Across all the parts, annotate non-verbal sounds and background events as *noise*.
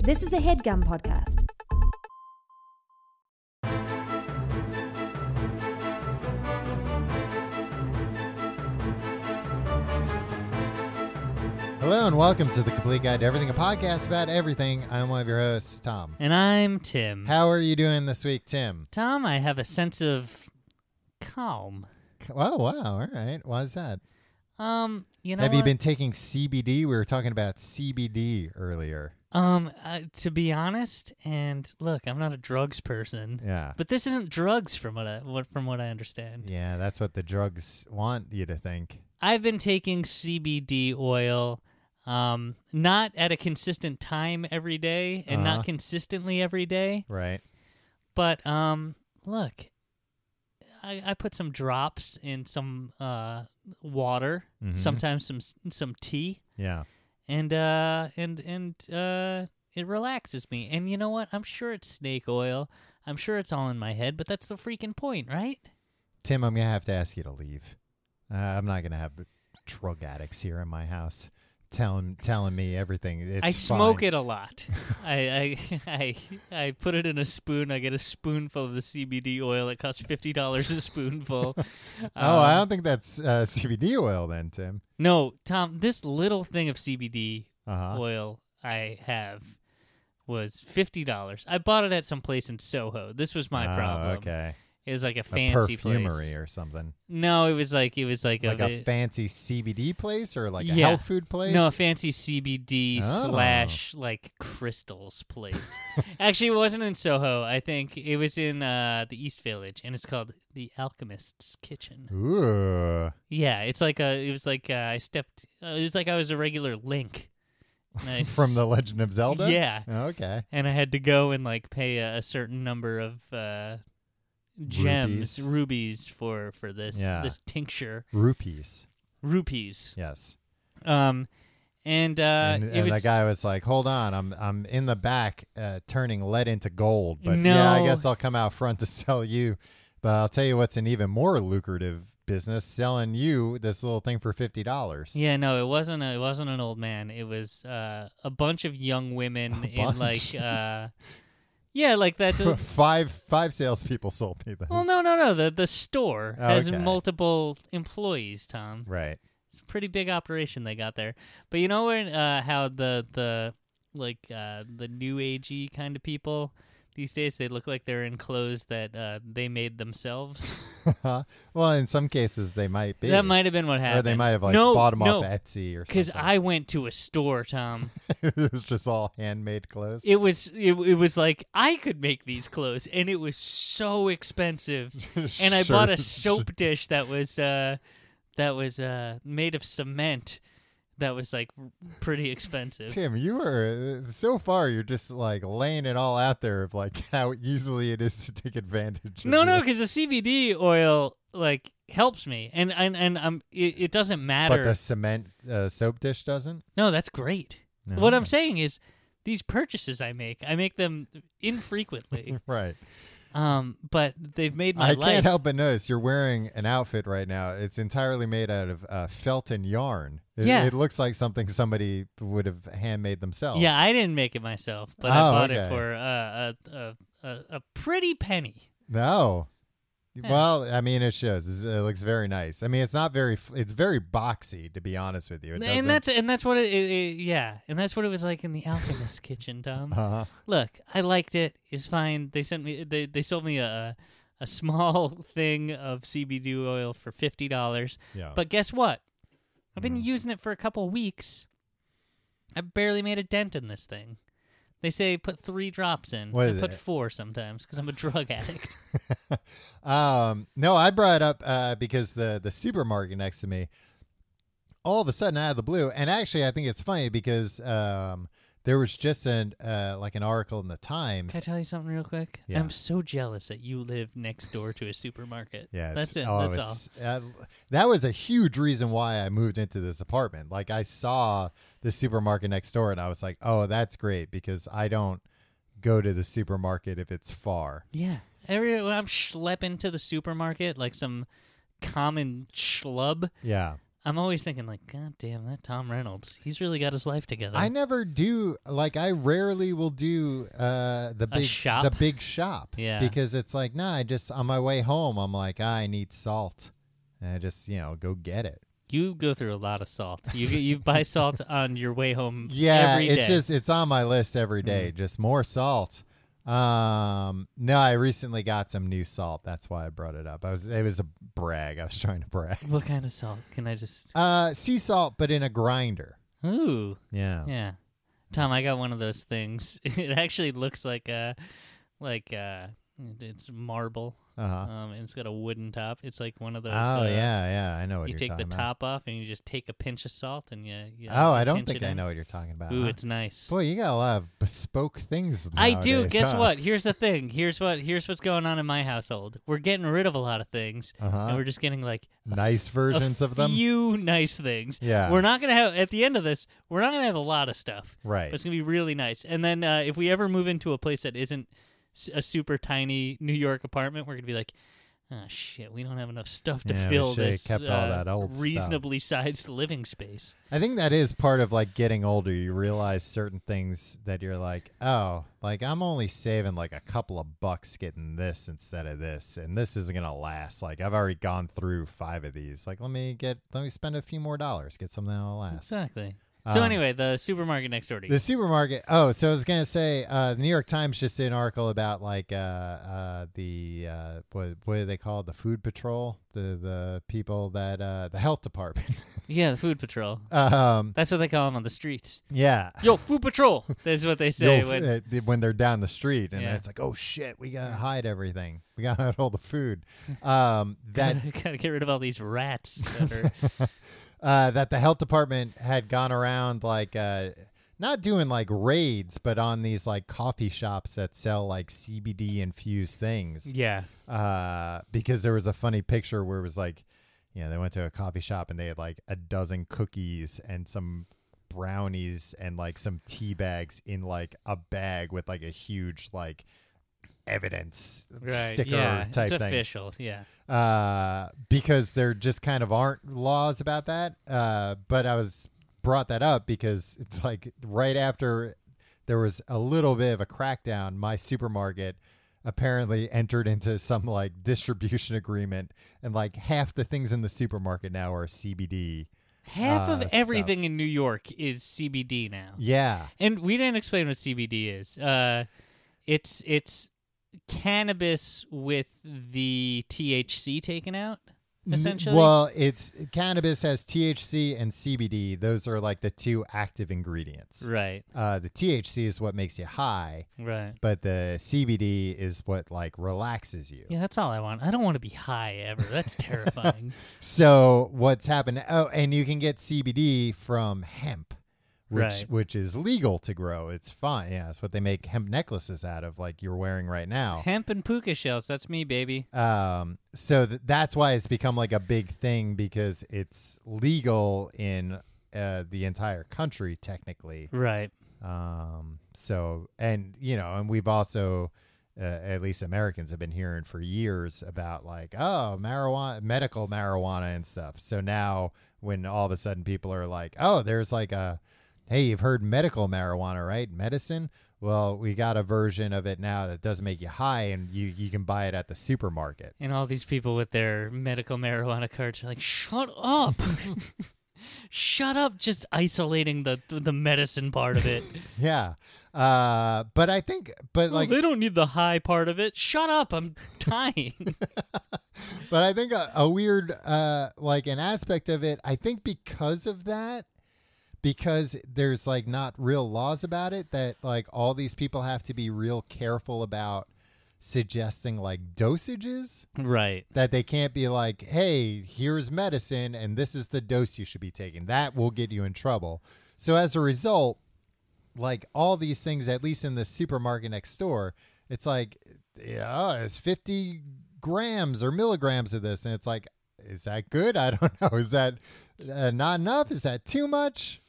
This is a headgum podcast. Hello and welcome to the Complete Guide to Everything, a podcast about everything. I'm one of your hosts, Tom. And I'm Tim. How are you doing this week, Tim? Tom, I have a sense of calm. Oh, wow. All right. Why's that? Um, you know, Have you what? been taking CBD? We were talking about CBD earlier. Um, uh, to be honest, and look, I'm not a drugs person, Yeah. but this isn't drugs from what I what from what I understand. Yeah, that's what the drugs want you to think. I've been taking CBD oil, um, not at a consistent time every day, and Uh-huh. not consistently every day, Right. but um, look, I, I put some drops in some uh water, Mhm. sometimes some s- some tea. Yeah. and uh and and uh it relaxes me and you know what i'm sure it's snake oil i'm sure it's all in my head but that's the freaking point right Tim, I'm going to have to ask you to leave. Uh, I'm not going to have drug addicts here in my house telling telling me everything. It's i smoke it a *laughs* lot I, I i i put it in a spoon i get a spoonful of the cbd oil it costs $50 *laughs* a spoonful Oh, I Um, don't think that's uh, CBD oil then, Tim. no tom this little thing of cbd Uh-huh. oil i have was $50 i bought it at some place in soho this was my Oh, problem Okay. it was like a A fancy perfumery place or something. No, it was like it was like, like a bit- fancy CBD place or like a Yeah. health food place? no a fancy CBD Oh. slash like crystals *laughs* place. Actually, it wasn't in Soho. I think it was in uh, the East Village, and it's called the Alchemist's Kitchen. Ooh. Yeah, it's like a. It was like uh, I stepped. Uh, it was like I was a regular link. *laughs* And I From s- The Legend of Zelda? yeah, Okay. and I had to go and like pay a, a certain number of uh, gems, Rupees. rubies. for for this Yeah. this tincture Rupees. rupees. Yes. Um, and uh, and it and was the guy was like, "Hold on, I'm I'm in the back uh, turning lead into gold, but No. yeah, I guess I'll come out front to *laughs* sell you. But I'll tell you what's an even more lucrative business: selling you this little thing for fifty dollars. yeah, no, it wasn't. A, it wasn't an old man. It was uh, a bunch of young women *laughs* A in bunch? like, uh, yeah, like *laughs* that. five five salespeople *laughs* sold me this. well, no, no, no. The the store has Okay. multiple employees. Tom, Right. *laughs* it's a pretty big operation they got there. But you know where uh, how the the like uh, the new agey kind of people these days they look like they're in clothes that uh, they made themselves. *laughs* well, in some cases they might be. that might have been what or happened. they might have like no, bought them no, off Etsy or something. Because I went to a store, Tom. *laughs* it was just all handmade clothes. It was it, it was like I could make these clothes, and it was *laughs* so expensive. And I bought a soap dish that was uh, that was uh, made of cement. That was like pretty expensive. Tim, you are uh, so far. You're just like laying it all out there of like *laughs* how easily it is to take advantage. No, of no, you. because the CBD oil like helps me, and and and I'm it, it doesn't but matter. the cement uh, soap dish doesn't. No, that's great. No. What I'm saying is, these purchases I make, I make them *laughs* infrequently. Right. um, but they've made my I life. can't help but notice you're wearing an outfit right now. It's entirely made out of uh, felt and yarn. It, Yeah. It looks like something somebody would have handmade themselves. Yeah, I didn't make it myself, but Oh, I bought okay. it for uh, a, a a a pretty penny. No. Yeah. Well, I mean, it shows. It looks very nice. I mean, it's not very. f- It's very boxy, to be honest with you. It doesn't- and that's and that's what it, it, it- yeah, and that's what it was like in the alchemist's kitchen, Tom. *laughs* *laughs* Uh-huh. Look, I liked it. It's fine. They sent me they they sold me a a small *laughs* thing of CBD oil for fifty dollars. Yeah. But guess what? I've Mm-hmm. been using it for a couple weeks. I barely made a dent in this thing. They say put three drops in. What I is put it? four sometimes because I'm a drug *laughs* addict. um, no, I brought it up uh, because the the supermarket next to me, all of a sudden out of the blue, and actually I think it's funny because um, there was just an uh, like an article in the Times. Can I tell you something real quick? Yeah. I'm so jealous that you live next door to a supermarket. Yeah, it's- that's it. oh, that's all. it's- uh, that was a huge reason why I moved into this apartment. Like I saw the supermarket next door, and I was like, "Oh, that's great," because I don't go to the supermarket if it's far. Yeah. Every when I'm schlepping to the supermarket like some common schlub. Yeah, I'm always thinking like, God damn that Tom Reynolds. He's really got his life together. I never do like I rarely will do uh the A big shop? the big shop. *laughs* Yeah. Because it's like, nah, I just on my way home I'm like, ah, I need salt. And I just, you know, go get it. you go through a lot of salt. You get- you *laughs* buy salt on your way home. Yeah, every it's day. Mm. just it's on my list every day. Just more salt. Um no, I recently got some new salt. That's why I brought it up. I was it was a brag. I was *laughs* trying to brag. what kind of salt can I just? Uh sea salt but in a grinder. Ooh, Yeah. yeah. Tom, I got one of those things. *laughs* It actually looks like uh like uh, it's marble. Uh-huh. Um, and it's got a wooden top. It's like one of those. Oh uh, yeah, yeah. I know what You are take the talking about. top off and you just take a pinch of salt and you. you Oh, I don't pinch think it I in. know what you're talking about. Ooh, huh? it's nice. Boy, you got a lot of bespoke things. I do. nowadays, Guess huh? what? Here's the thing. Here's what. Here's what's going on in my household. We're getting rid of a lot of things, and Uh-huh. we're just getting like Nice versions a of them. Few nice things. Yeah. We're not gonna have at the end of this. We're not gonna have a lot of stuff. right. But it's gonna be really nice. And then uh, if we ever move into a place that isn't s- a super tiny New York apartment, we're gonna be like. Oh shit! We don't have enough stuff to Yeah, we fill shoulda this kept all uh, that old stuff. reasonably sized living space. I think that is part of like getting older. You realize certain things that you're like, oh, like I'm only saving like a couple of bucks getting this instead of this, and this isn't gonna last. Like I've already gone through five of these. Like let me get, let me spend a few more dollars, get something that'll last. Exactly. So Um, anyway, the supermarket next door to you. The supermarket. Oh, so I was gonna say, uh, the New York Times just did an article about like uh, uh, the uh, what what do they call it? the food patrol, the the people that uh, the health department. *laughs* yeah, the food patrol. um, That's what they call them on the streets. yeah. Yo, food patrol. *laughs* That's what they say. You'll- when, uh, th- when they're down the street, and Yeah. it's like, oh shit, we gotta hide everything. We gotta *laughs* hide all the food. *laughs* Um, that gotta get rid of all these rats. That *laughs* are, *laughs* uh, that the health department had gone around like uh, not doing like raids, but on these like coffee shops that sell like CBD infused things. yeah, uh, because there was a funny picture where it was like, you know, they went to a coffee shop and they had like a dozen cookies and some brownies and like some tea bags in like a bag with like a huge like evidence right. sticker yeah, type it's thing. official. Yeah, Uh, because there just kind of aren't laws about that. Uh, but I was brought that up because it's like right after there was a little bit of a crackdown, my supermarket apparently entered into some like distribution agreement and like half the things in the supermarket now are CBD. half Uh, of stuff. everything in New York is CBD now, Yeah. and we didn't explain what CBD is. Uh, it's it's cannabis with the THC taken out, N- essentially. Well, it's cannabis has THC and CBD. Those are like the two active ingredients. right, Uh, the THC is what makes you high. right. but the CBD is what like relaxes you. Yeah, that's all I want. I don't want to be high ever. That's *laughs* terrifying. So what's happened? Oh, and you can get CBD from hemp, which Right. which is legal to grow. It's fine. Yeah, that's what they make hemp necklaces out of, like you're wearing right now. Hemp and puka shells. That's me, baby. Um, so th- that's why it's become like a big thing because it's legal in uh, the entire country technically. Right. Um, so, and you know, and we've also, uh, at least Americans have been hearing for years about like, oh, marijuana, medical marijuana and stuff. So now, when all of a sudden people are like, oh, there's like a, hey, you've heard medical marijuana, right? Medicine. Well, we got a version of it now that doesn't make you high, and you you can buy it at the supermarket. And all these people with their medical marijuana cards are like, shut up. *laughs* shut up just isolating the the medicine part of it. Yeah, uh, but I think, but like, like they don't need the high part of it. Shut up, I'm dying. but I think a, a weird, uh, like an aspect of it, I think because of that, because there's like not real laws about it, that like all these people have to be real careful about suggesting like dosages, *laughs* right. that they can't be like, hey, here's medicine and this is the dose you should be taking. That will get you in trouble. So as a result, like all these things, at least in the supermarket next door, it's like, yeah, it's 50 grams or milligrams of this. And it's like, is that good? I don't *laughs* know. Is that uh, not enough? Is that too much?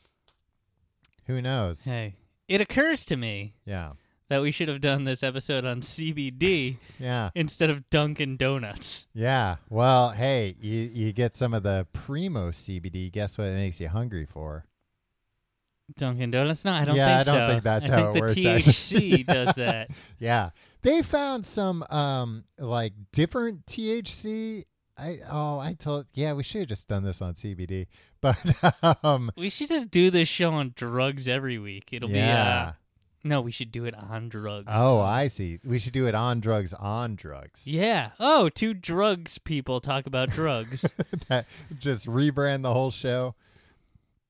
Who knows? Hey. It occurs to me Yeah. that we should have done this episode on *laughs* CBD Yeah. instead of Dunkin' Donuts. Yeah. Well, hey, you, you get some of the primo CBD. Guess what it makes you hungry for? Dunkin' Donuts? No, I don't Yeah, think I so. don't think that's I how think it the works, actually. THC *laughs* does that. Yeah. They found some um like different THC. I oh, I told yeah, we should have just done this on CBD. *laughs* But um We should just do this show on drugs every week. It'll yeah. be uh, no, we should do it on drugs. oh, I see. We should do it on drugs on drugs. yeah. Oh, two drugs people talk *laughs* about drugs. *laughs* *laughs* that just rebrand the whole show.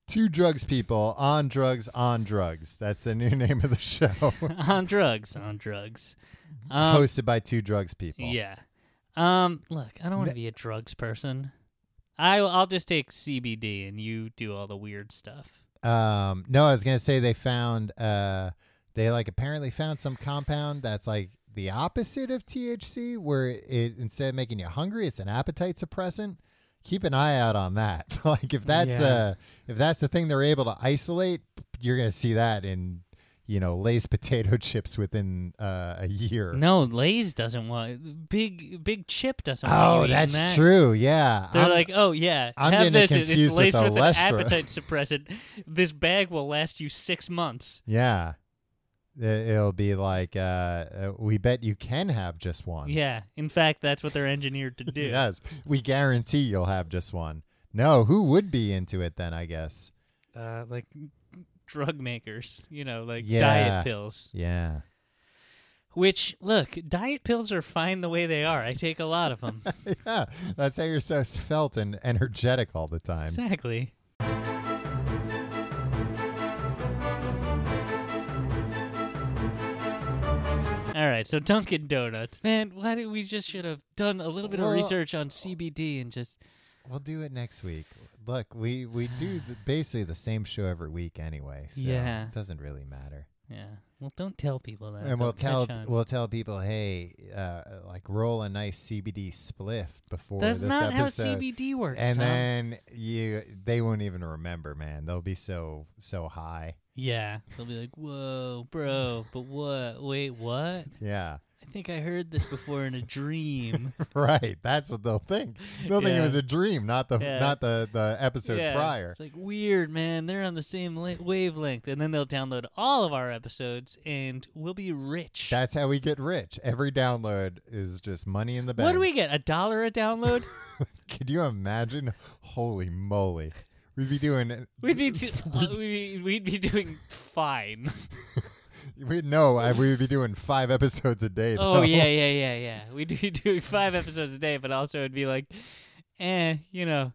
Two drugs people on drugs on drugs. That's the new *laughs* name of the show. on drugs, on drugs. *laughs* Um, Hosted by two drugs people. yeah. Um, look, I don't want to be a drugs person. I I'll just take CBD and you do all the weird stuff. Um, no, I was gonna say they found uh, they like apparently found some compound that's like the opposite of THC, where it instead of making you hungry, it's an appetite suppressant. Keep an eye out on that. *laughs* like if that's Yeah. uh if that's the thing they're able to isolate, you're gonna see that in you know Lay's *laughs* potato chips within uh, a year. No, Lay's doesn't want big big chip doesn't want you oh, eating that's that. true. Yeah, They're I'm- like, oh yeah, I'm have getting this. It- confused It's with laced a with, an Leshra. appetite suppressant. This bag will last you six months. yeah. It- It'll be like uh, uh, we bet you can have just one. Yeah, in fact, that's what they're engineered *laughs* to do. Yes, we guarantee you'll have just one. No, who would be into it then? I guess. Uh, like drug makers, you know, like Yeah. diet pills. Yeah. Which look, diet pills are fine the way they are. I take a lot of them. yeah, that's how you're so svelte and energetic all the time. exactly. All right, so Dunkin' Donuts, man, why did we just should have done a little bit Well- of research on CBD and just We'll do it next week. Look, we we do the, basically the same show every week anyway. So Yeah. it doesn't really matter. yeah. Well, don't tell people that. and we'll Don't tell catch on. we'll tell people, hey, uh, like roll a nice CBD spliff before That's this not episode. how CBD works. and Tom. then you they won't even remember, man. They'll be so so high. yeah, they'll be like, "Whoa, bro!" But what? Wait, what? Yeah. I think I heard this before in a dream. *laughs* Right, that's what they'll think. They'll think it Yeah. was a dream, not the Yeah. not the the episode yeah. prior. It's like weird, man. They're on the same la- wavelength, and then they'll download all of our episodes, and we'll be rich. That's how we get rich. Every download is just money in the bank. what do we get? A dollar a download? *laughs* Could you imagine? Holy moly, we'd be doing. *laughs* we'd *laughs* be t- uh, we'd, we'd be doing fine. We no, I, we would be doing five episodes a day. Oh though. yeah, yeah, yeah, yeah. We'd be *laughs* doing five episodes a day, but also it'd be like, eh, you know,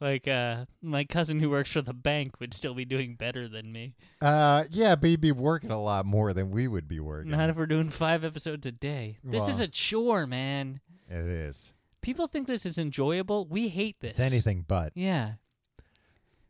like uh, my cousin who works for the bank would still be doing better than me. *laughs* uh, yeah, but you'd be working a lot more than we would be working. Not if we're doing five episodes a day. This is Wow. a chore, man. it is. People think this is enjoyable. We hate this. It's anything but Yeah,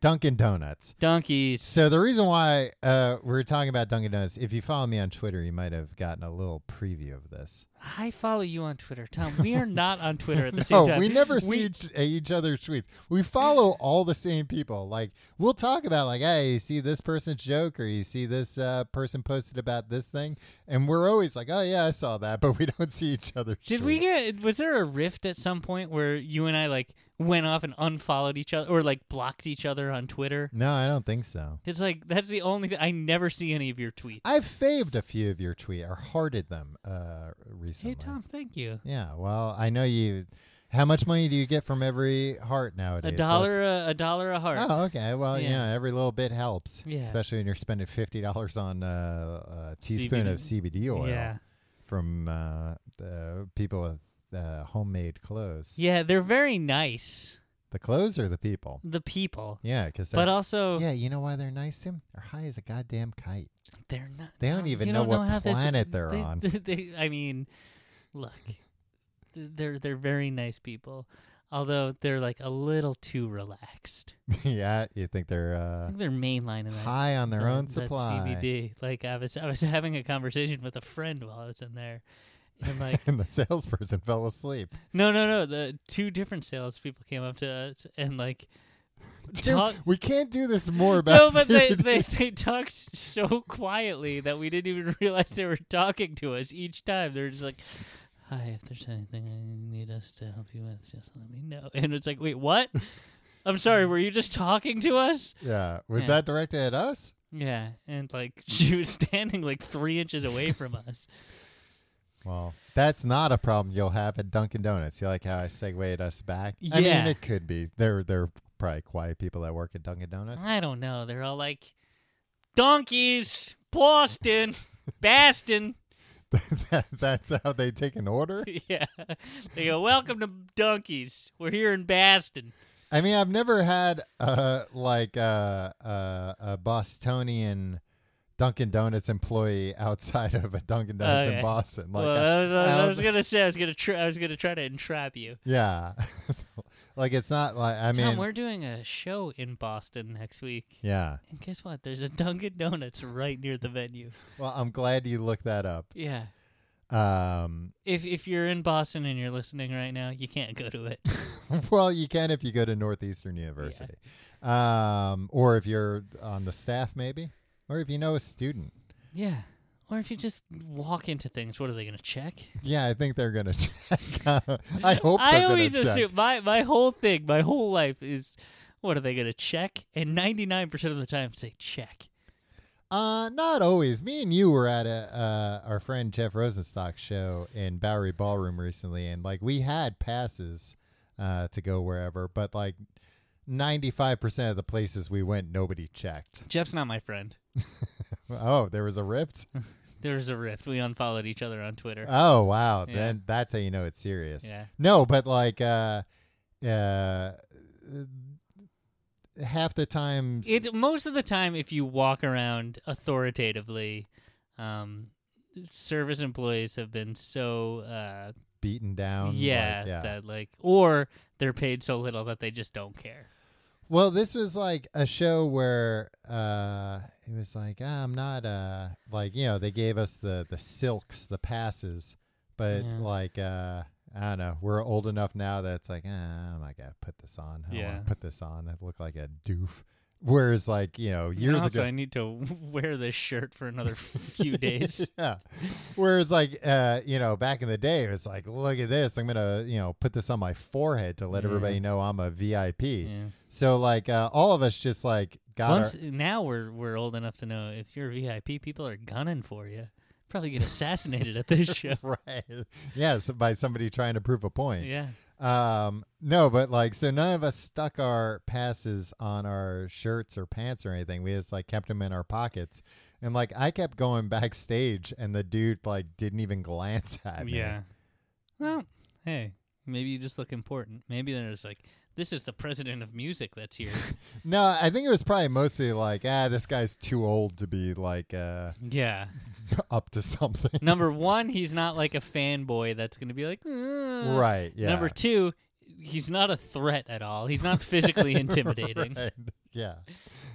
Dunkin' Donuts. donkeys. So the reason why uh, we're talking about Dunkin' Donuts, if you follow me on Twitter, you might have gotten a little preview of this. I follow you on Twitter, Tom. *laughs* We are not on Twitter at *laughs* the same No, time. we never see We- each, each other's tweets. We *laughs* follow all the same people. Like we'll talk about like, hey, you see this person's joke or you see this uh, person posted about this thing, and we're always like, oh yeah, I saw that, *laughs* but we don't see each other's. Did we tweets. get? Was there a rift at some point where you and I like went off and unfollowed each other, or like blocked each other on Twitter? No, I don't think so. It's like that's the only thing I never see any of your tweets. I've faved a few of your tweets or hearted them uh, recently. hey Tom, thank you. Yeah. Well, I know you. How much money do you get from every heart A nowadays? So dollar, it's- a, a dollar a heart. Oh, okay. Well, yeah. Yeah. every little bit helps, Yeah. especially when you're spending fifty dollars on uh, a teaspoon of CBD oil yeah, from uh, the people with uh, homemade clothes. yeah. They're very nice, The clothes are the people. the people, Yeah, because but uh, also yeah, you know why they're nice to 'em? They're high as a goddamn kite. *laughs* they're not. They don't Tom, even you know don't what how this- planet they're *laughs* they- on. they- I mean, look, they're they're very nice people, although they're like a little too relaxed. yeah, you think they're I uh, think they're mainlining that. high on their that- own that supply? CBD. Like I was, I was *laughs* having a conversation with a friend while I was in there, and like, *laughs* *laughs* and the salesperson *laughs* fell asleep. *laughs* no, no, no. The two different sales people came up to us and like Dude, talk- we can't do this more about *laughs* No, but they, CBD. they, they talked so quietly that we didn't even *laughs* realize they were talking to us each time. They're just like, "Hi, if there's anything I need us to help you with, just let me know." *laughs* And it's like, "Wait, what? I'm sorry, were you just talking to us?" Yeah. Was Yeah. that directed at us? Yeah, and like *laughs* she was standing like three inches away from us. Well, that's not a problem you'll have at Dunkin' Donuts. You like how I segued us back? I mean, Yeah. it could be. There, there are probably quiet people that work at Dunkin' Donuts. *laughs* *laughs* I don't know. They're all like, "Donkeys, Boston, Baston." *laughs* That- that's how they take an order. yeah, they go, "Welcome to Donkeys. We're here in Baston." I mean, I've never had uh like uh, uh, a Bostonian Dunkin' Donuts employee outside of a Dunkin' Donuts Okay. in Boston. Like, Oh, uh, well, I- I, was- I I was don't- gonna say I was gonna try. I was gonna try to entrap you. yeah, *laughs* like it's not like I Tom, mean, we're doing a show in Boston next week, yeah. and guess what? There's a Dunkin' Donuts right near the venue. Well, I'm glad you looked that up. Yeah. Um, If if you're in Boston and you're listening right now, you can't go to it. *laughs* well, you can if you go to Northeastern University, um, or if you're on the staff, maybe, or if you know a student. *laughs* yeah. Or if you just walk into things, what are they gonna check? Yeah, I think they're gonna *laughs* check. Uh, I hope. I Oh, they're always gonna check. assume my my whole thing, my whole life is what are they gonna check? And ninety nine percent of the time, say check. Uh, not always. Me and you were at a uh, our friend Jeff Rosenstock show in Bowery Ballroom recently, and like we had passes uh, to go wherever, but like ninety five percent of the places we went, nobody checked. Jeff's not my friend. Oh, there was a *laughs* rift. There's a rift. We unfollowed each other on Twitter. Oh wow, Yeah. then that's how you know it's serious. yeah. No, but like uh, uh, half the times It's most of the time if you walk around authoritatively, um, service employees have been so uh, beaten down. like, yeah, yeah. that like or they're paid so little that they just don't care. Well, this was like a show where uh, it was like ah, I'm not uh like you know they gave us the the silks the passes, but Yeah. like uh, I don't know we're old enough now that it's like ah, I'm not gonna put this on. I don't Yeah. want to put this on. I look like a doof. Whereas like you know years also, ago. I need to *laughs* wear this shirt for another *laughs* few days. yeah. Whereas, like, uh, you know, back in the day, it was like, look at this. I'm going to, you know, put this on my forehead to let Yeah. everybody know I'm a VIP. Yeah. So, like, uh, all of us just, like, got our- Mm. *laughs* Once now we're we're old enough to know if you're a VIP, people are gunning for you. Probably get assassinated at this *laughs* show. *laughs* right. Yes, by somebody trying to prove a point. Yeah. Um, no, but like, so none of us stuck our passes on our shirts or pants or anything. We just like kept them in our pockets. And like, I kept going *laughs* backstage, and the dude like didn't even glance at me. yeah. Well, hey, maybe you just look important. Maybe there's like, this is the president of music *laughs* that's here. No, I think it was probably mostly like, ah, this guy's too old to be like uh, *laughs* yeah. up to something. Number one, he's not like a fanboy that's going to be like, "Ugh." right. Yeah. Number two, he's not a threat at all. He's *laughs* not physically intimidating. *laughs* Right. Yeah.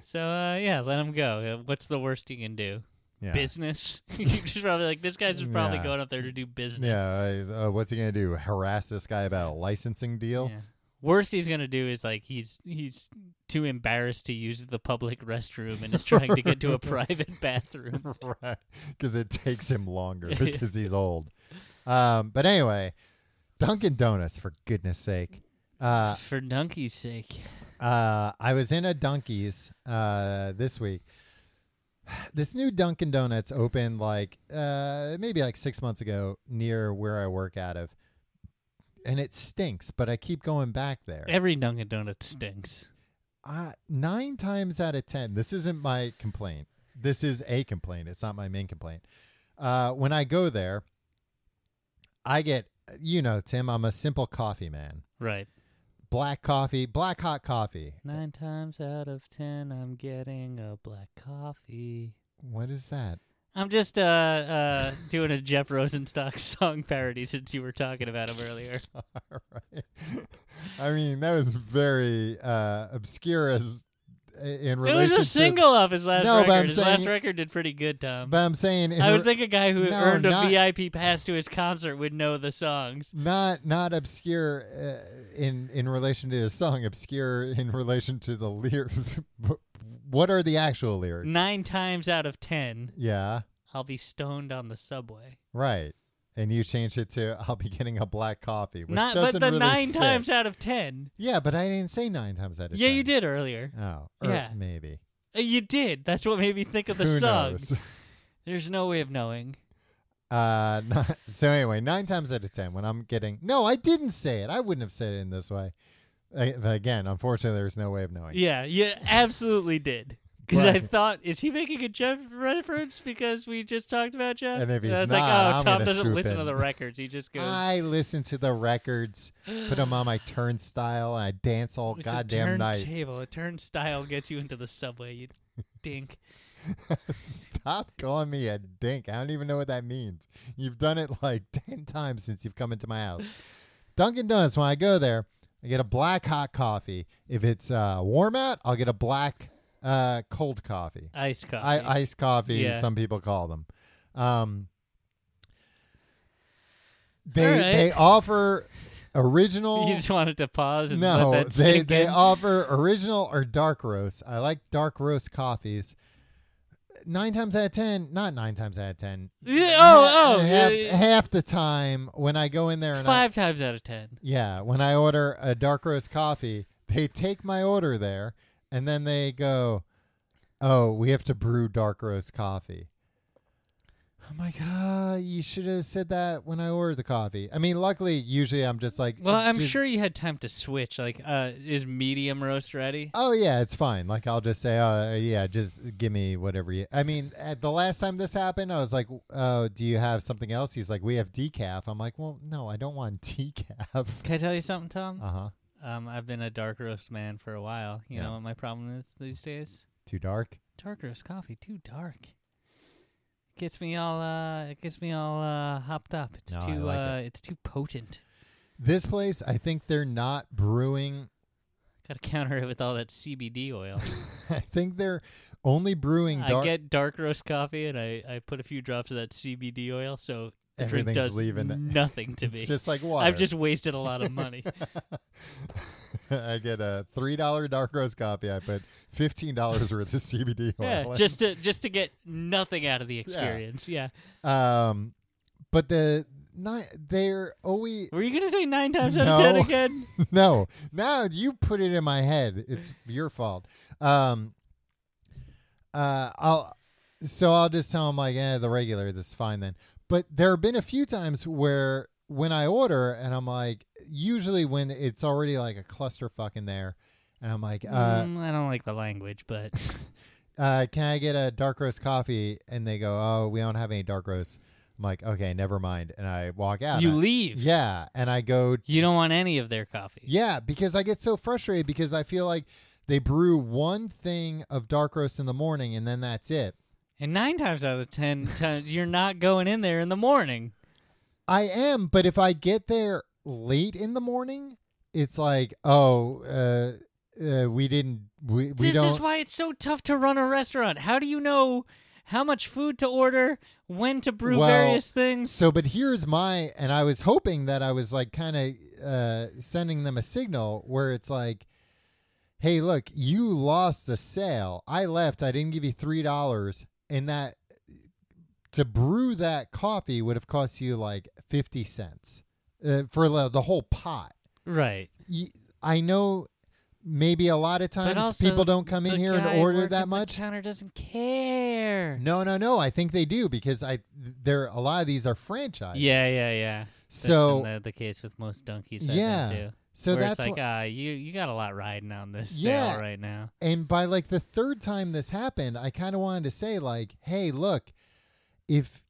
So, uh, yeah, let him go. Uh, What's the worst you can do? Yeah. Business. *laughs* You're just probably like, this guy's just probably Yeah. going up there to do business. Yeah. I- Uh, what's he gonna do? Harass this guy about a licensing deal? Yeah. Worst he's gonna do is like he's he's too embarrassed to use the public restroom and is trying to get to *laughs* a private bathroom. right. Because it takes him longer because he's old. Um, but anyway, Dunkin' Donuts, for goodness sake. Uh, For donkey's sake. Uh, I was in a Dunkies uh, this week. *sighs* This new Dunkin' Donuts opened like uh, maybe like six months ago near where I work out of, and it stinks. But I keep going back there. Every Dunkin' Donut stinks. Uh, nine times out of ten, this isn't my complaint. This is a complaint. It's not my main complaint. Uh, when I go there, I get you know Tim. I'm a simple coffee man. Right. Black coffee, black hot coffee. Nine times out of ten I'm getting a black coffee. What is that? I'm just uh uh doing a Jeff Rosenstock *laughs* song parody since you were talking about him earlier. All right. I mean, that was very uh, obscure as in It was relation a single off his last No, but record. I'm his last saying- record did pretty good, Tom. But I'm saying, in I would re- think a guy who No, earned a not- VIP pass to his concert would know the songs. not not obscure uh, in in relation to the song, obscure in relation to the lyrics. *laughs* what are the actual lyrics? Nine times out of ten, yeah, I'll be stoned on the subway. right. And you change it to "I'll be getting a black coffee," which Not, doesn't but the really nine fit. times out of ten. Yeah, but I didn't say nine times out of Yeah, ten. you did earlier. Oh, Yeah. yeah, maybe. Uh, You did. That's what made me think of the Who song. knows? There's no way of knowing. Uh, *laughs* not, so anyway, nine times out of ten, when I'm getting no, I didn't say it. I wouldn't have said it in this way. I, again, unfortunately, there's no way of knowing. Yeah, you absolutely did. Because I Right. thought, is he making a Jeff reference because we just talked about Jeff? And if he's I was not, like, oh, I'm Tom gonna doesn't swoop listen to in. the records. He just goes, I listen to the records, put them *gasps* on my turnstile, and I dance all it's a goddamn night. turntable. A turnstile gets you into the subway, you dink. Stop calling me a dink. I don't even know what that means. You've done it like *laughs* 10 times since you've come into my house. Dunkin' Donuts, when I go there, I get a black hot coffee. If it's uh, warm out, I'll get a black uh, cold coffee. Iced coffee. I, iced coffee, Yeah. some people call them. Um, they All right. they offer original. *laughs* you just wanted to pause and no, let that they sink they in. offer original or dark roast. I like dark roast coffees. Nine times out of ten, not nine times out of ten. Yeah, oh, oh, half, yeah, yeah. half the time when I go in there and I, Five times out of ten. yeah, when I order a dark roast coffee, they take my order there and then they go, "Oh, we have to brew dark roast coffee." I'm like, ah, you should have said that when I ordered the coffee. I mean, luckily, usually I'm just like, Well, I'm just- sure you had time to switch. Like, uh, is medium roast ready? Oh yeah, it's fine. Like I'll just say, oh yeah, just give me whatever. You, I mean, at the last time this happened, I was like, oh, do you have something else? He's like, we have decaf. I'm like, well, no, I don't want *laughs* decaf. Can I tell you something, Tom? Uh huh. Um, I've been a dark roast man for a while. You Yeah. know what my problem is these days? Too dark. Dark roast coffee, too dark. Gets me all uh it gets me all uh hopped up. It's No, I too like it. uh it's too potent. This place, I think they're not brewing. *laughs* Gotta counter it with all that C B D oil. I think they're only brewing I dark. get dark roast coffee and I, I put a few drops of that C B D oil so the drink Everything's does leaving. nothing *laughs* to me. it's just like water. *laughs* I've just wasted a lot of money. *laughs* I get a three dollar dark roast coffee. I put fifteen dollars worth of CBD oil. yeah, in. just to just to get nothing out of the experience. Yeah. um, but the not they're always Were you gonna say nine times out of ten No. again? no, now you put it in my head. It's your fault. Um, uh, I'll so I'll just tell him like, eh, the regular. This is fine then. But there have been a few times where when I order and I'm like, usually when it's already like a clusterfuck in there, and I'm like, *laughs* uh, Mm, I don't like the language, *laughs* but uh, can I get a dark roast coffee? And they go, oh, we don't have any dark roast. I'm like, okay, never mind. And I walk out. you I- leave. Yeah, and I go You don't want any of their coffee. Yeah, because I get so frustrated because I feel like they brew one thing of dark roast in the morning and then that's it. And nine times out of the ten times, you're not going in there in the morning. I am, but if I get there late in the morning, it's like, oh, uh, uh, we didn't, we, we this don't. is why it's so tough to run a restaurant. How do you know how much food to order, when to brew Well, various things? so, but here's my, and I was hoping that I was like kind of uh, sending them a signal where it's like, hey, look, you lost the sale. I left. I didn't give you three dollars, and that to brew that coffee would have cost you like fifty cents uh, for the, the whole pot. Right. Y- I know. Maybe a lot of times also, people don't come in the here and guy order working at that the much. counter doesn't care. No, no, no. I think they do because I there a lot of these are franchises. Yeah, yeah, yeah. That's So been the, the case with most donkeys. I've Yeah. Been to. so Where that's it's like, wh- ah, you you got a lot riding on this Yeah. sale right now. and by like the third time this happened, I kind of wanted to say like, hey, look, if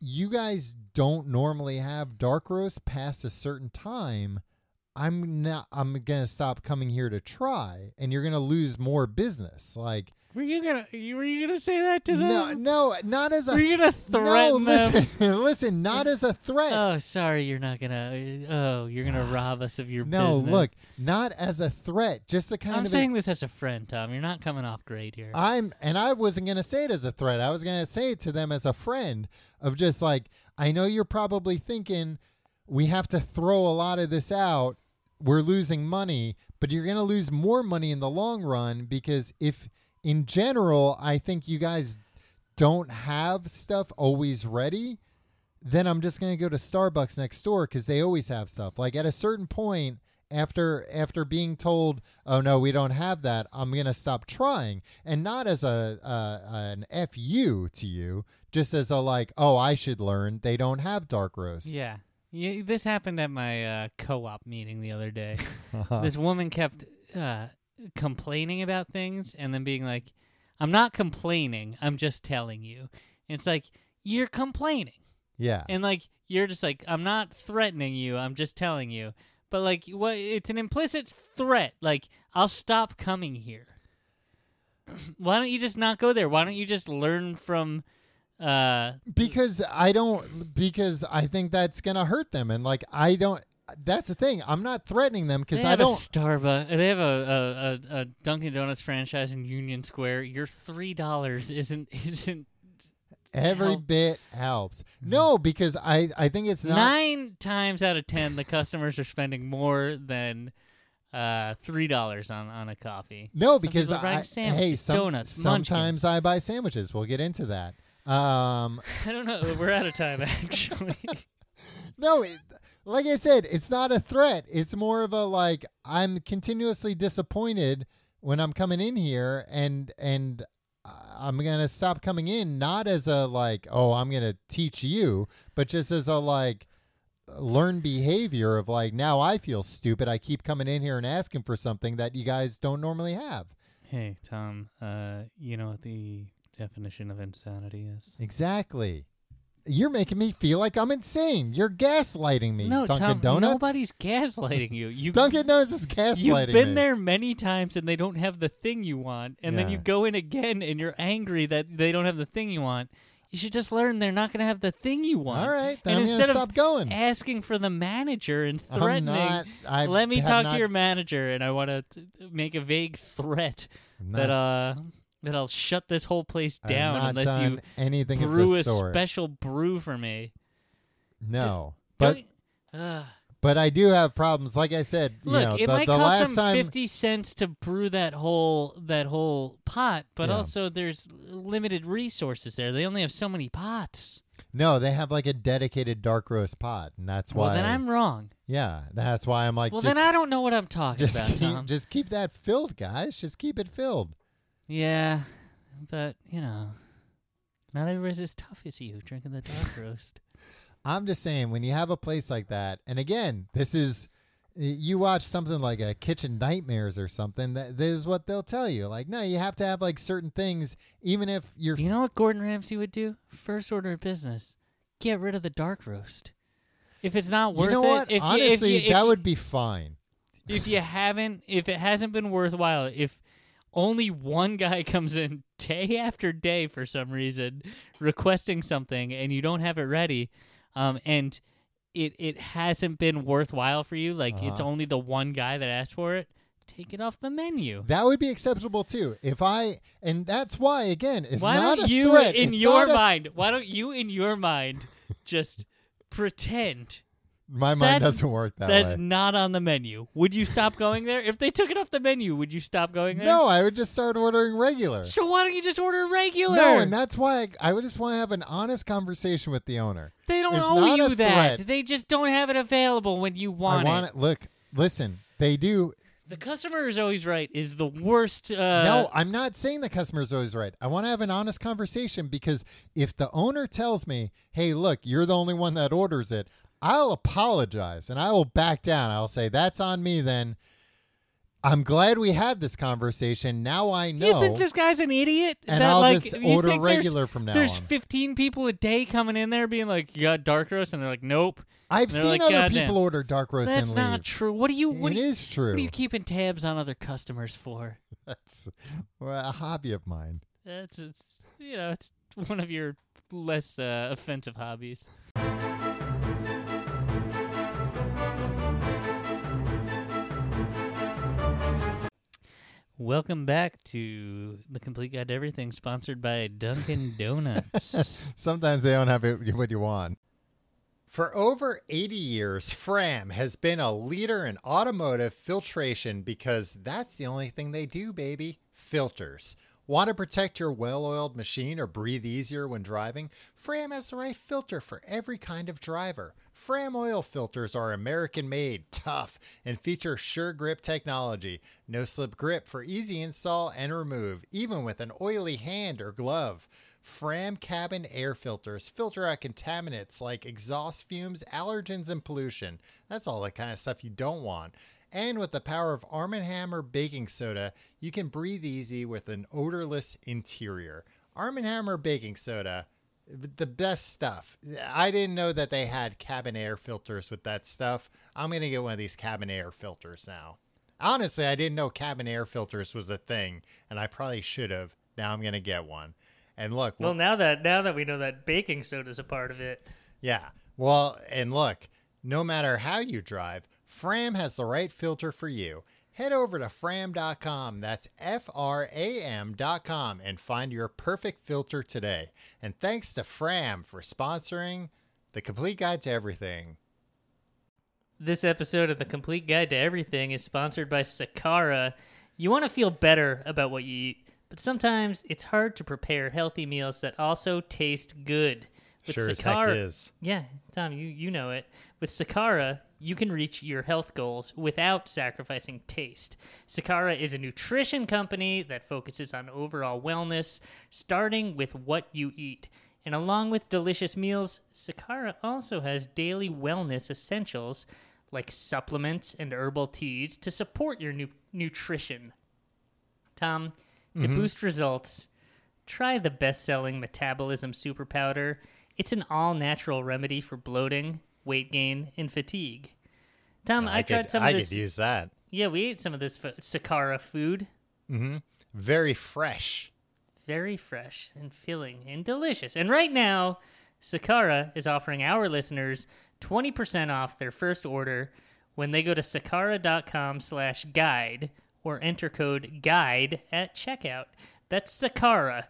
you guys don't normally have dark roast past a certain time, *laughs* I'm not I'm going to stop coming here to try and you're going to lose more business. Like Were you gonna? You, were you gonna say that to them? No, no, not as Were a you *laughs* no. gonna threaten them? Listen, *laughs* listen, not as a threat. *laughs* Oh, sorry, you're not gonna. Oh, *sighs* you're gonna rob us of your no, business. look, not as a threat. Just a kind I'm of. saying this as a friend, Tom. You're not coming off great here. a, I'm, and I wasn't gonna say it as a threat. I was gonna say it to them as a friend of just like I know you're probably thinking we have to throw a lot of this out. We're losing money, but you're gonna lose more money in the long run because if, in general, I think you guys don't have stuff always ready. then I'm just gonna go to Starbucks next door because they always have stuff. Like at a certain point, after after being told, "Oh no, we don't have that," I'm gonna stop trying, and not as a uh, an fu to you, just as a like, "Oh, I should learn they don't have dark roast." *laughs* Yeah. yeah. This happened at my uh, co op meeting the *laughs* other day. This woman kept uh, complaining about things and then being like, I'm not complaining. I'm just telling you. And it's like, you're complaining. yeah, And like, you're just like, I'm not threatening you. I'm just telling you. But like, what? it's an implicit threat. Like, I'll stop coming here. *clears throat* Why don't you just not go there? Why don't you just learn from. Uh, because I don't because I think that's gonna hurt them, and like I don't. That's the thing. I'm not threatening them because They I have a don't. Starbucks. They have a, a, a, a Dunkin' Donuts franchise in Union Square. Your three dollars isn't *laughs* isn't every help. bit helps. No, because I I think it's not. nine times out of ten. The customers are spending more than uh, three dollars on on a coffee. *laughs* No, Some because people are buying I, hey, sandwiches, some, donuts, sometimes I buy sandwiches. We'll get into that. Um, I don't know. We're out of time *laughs* actually. no, it, like I said, it's not a threat. It's more of a like I'm continuously disappointed when I'm coming in here, and and I'm gonna stop coming in. Not as a like, oh, I'm gonna teach you, but just as a like learn behavior of like now I feel stupid. I keep coming in here and asking for something that you guys don't normally have. hey Tom, uh, you know what the definition of insanity is? Exactly. You're making me feel like I'm insane. You're gaslighting me, no, Dunkin' Tom. Donuts. Nobody's gaslighting you. You Dunkin' Donuts is gaslighting You've been me. there many times and they don't have the thing you want, and then Yeah. you go in again and you're angry that they don't have the thing you want. You should just learn they're not going to have the thing you want. All right, then and I'm instead gonna of stop going. asking for the manager and I'm threatening, not- I let me have talk not- to your manager, and I want to make a vague threat I'm that not- uh that I'll shut this whole place I've down not unless done you anything of brew the a sort. special brew for me. no, but Don't- Ugh. but I do have problems. Like I said, Look, you know, it the, might the cost last them time, fifty cents to brew that whole that whole pot, but Yeah. also there's limited resources there. They only have so many pots. no, they have like a dedicated dark roast pot, and that's why. Well, then I'm wrong. yeah, that's why I'm like. Well, just, then I don't know what I'm talking just about, keep, Tom. just keep that filled, guys. Just keep it filled. Yeah, but you know, not everybody's as tough as you drinking *laughs* the dark roast. I'm just saying, when you have a place like that, and again, this is you watch something like a Kitchen Nightmares or something. That this is what they'll tell you. Like, no, you have to have like certain things, even if you're. You know what Gordon Ramsay would do? First order of business: get rid of the dark roast. If it's not You worth know it, what? if you- if Honestly, you- if that you- would be fine. if you haven't if it hasn't been worthwhile if only one guy *laughs* comes in day after day for some reason requesting something and you don't have it ready um and it it hasn't been worthwhile for you like it's Uh-huh. only the one guy that asked for it take it off the menu That would be acceptable too. If I, and that's why again, it's why not don't a you threat. in It's your not a- mind why don't you in *laughs* your mind just pretend my mind That's- doesn't work that that's way. not on the menu would you stop going there if they took it off the menu would you stop going there no, I would just start ordering regular. So why don't you just order regular? No, and that's why I, I would just want to have an honest conversation with the owner. they don't it's owe not a you that. threat. They just don't have it available when you want, I want it. Look, listen, they do The customer is always right. Is the worst. Uh, no, I'm not saying the customer's always right. I want to have an honest conversation because if the owner tells me, hey, look, you're the only one that orders it, I'll apologize and I will back down. I'll say, that's on me then. I'm glad we had this conversation. Now I know. You think this guy's an idiot? and that, I'll like, just you order think there's- regular from now There's on. 15 people a day coming in there being like, "You got dark roast," and they're like, "Nope, I've they're seen like, other "Goddamn." people order dark roast that's and leave. not true." What do you? *laughs* What It do you? is true. What are you keeping tabs on other customers for? That's well, a hobby of mine. That's it's, you know, it's one of your less uh, offensive hobbies. Welcome back to the Complete Guide to Everything, sponsored by Dunkin' Donuts. Sometimes they don't have it, *laughs* what you want. For over 80 years, Fram has been a leader in automotive filtration because that's the only thing they do, baby. Filters. Want to protect your well oiled machine or breathe easier when driving? Fram has the right filter for every kind of driver. Fram oil filters are American made, *laughs* tough, and feature sure grip technology. No slip grip for easy install and remove, even with an oily hand or glove. Fram cabin air filters filter out contaminants like exhaust fumes, allergens, and pollution. That's all that kind of stuff you don't want. And with the power of Arm & Hammer baking soda, you can breathe easy with an odorless interior. Arm & Hammer baking soda, the best stuff. I didn't know that they had cabin air filters with that stuff. I'm going to get one of these cabin air filters now. Honestly, I didn't know cabin air filters was a thing, and I probably should have. Now I'm going to get one. And look, *laughs* Well, now that now that we know that baking soda's a part of it, Yeah. Well, and look, no matter how you drive, Fram has the right filter for you. Head over to fram.com, that's F R A M.com, and find your perfect filter today. And thanks to Fram for sponsoring the complete guide to everything. This episode of The Complete Guide to Everything is sponsored by Sakara. You want to feel better about what you eat, but sometimes it's hard to prepare healthy meals that also taste good. Sure as heck is. Yeah, Tom, you, you know it. With Sakara, you can reach your health goals without sacrificing taste. Sakara is a nutrition company that focuses on overall wellness, starting with what you eat. And along with delicious meals, Sakara also has daily wellness essentials like supplements and herbal teas to support your nu- nutrition. Tom, to Mm-hmm. boost results, try the best selling Metabolism Super Powder. It's an all natural remedy for bloating, weight gain, and fatigue. Tom, Um, I, tried could, some I of this. could use that. Yeah, we ate some of this f- Sakara food. Very fresh. Very fresh and filling and delicious. And right now, Sakara is offering our listeners 20% off their first order when they go to sakara.com slash guide or enter code guide at checkout. That's Sakara,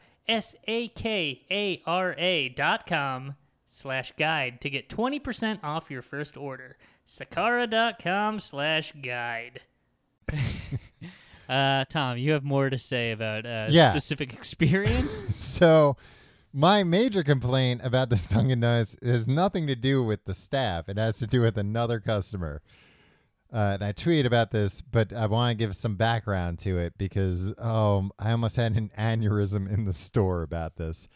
S-A-K-A-R-A dot com slash guide to get 20% off your first order. Sakara.com slash guide. uh, Tom, you have more to say about uh, Yeah. specific *laughs* experience? So, my major complaint about the Dunkin' Donuts has nothing to do with the staff. It has to do with another customer. Uh, and I tweet about this, but I want to give some background to it because um, I almost had an aneurysm in the store about this.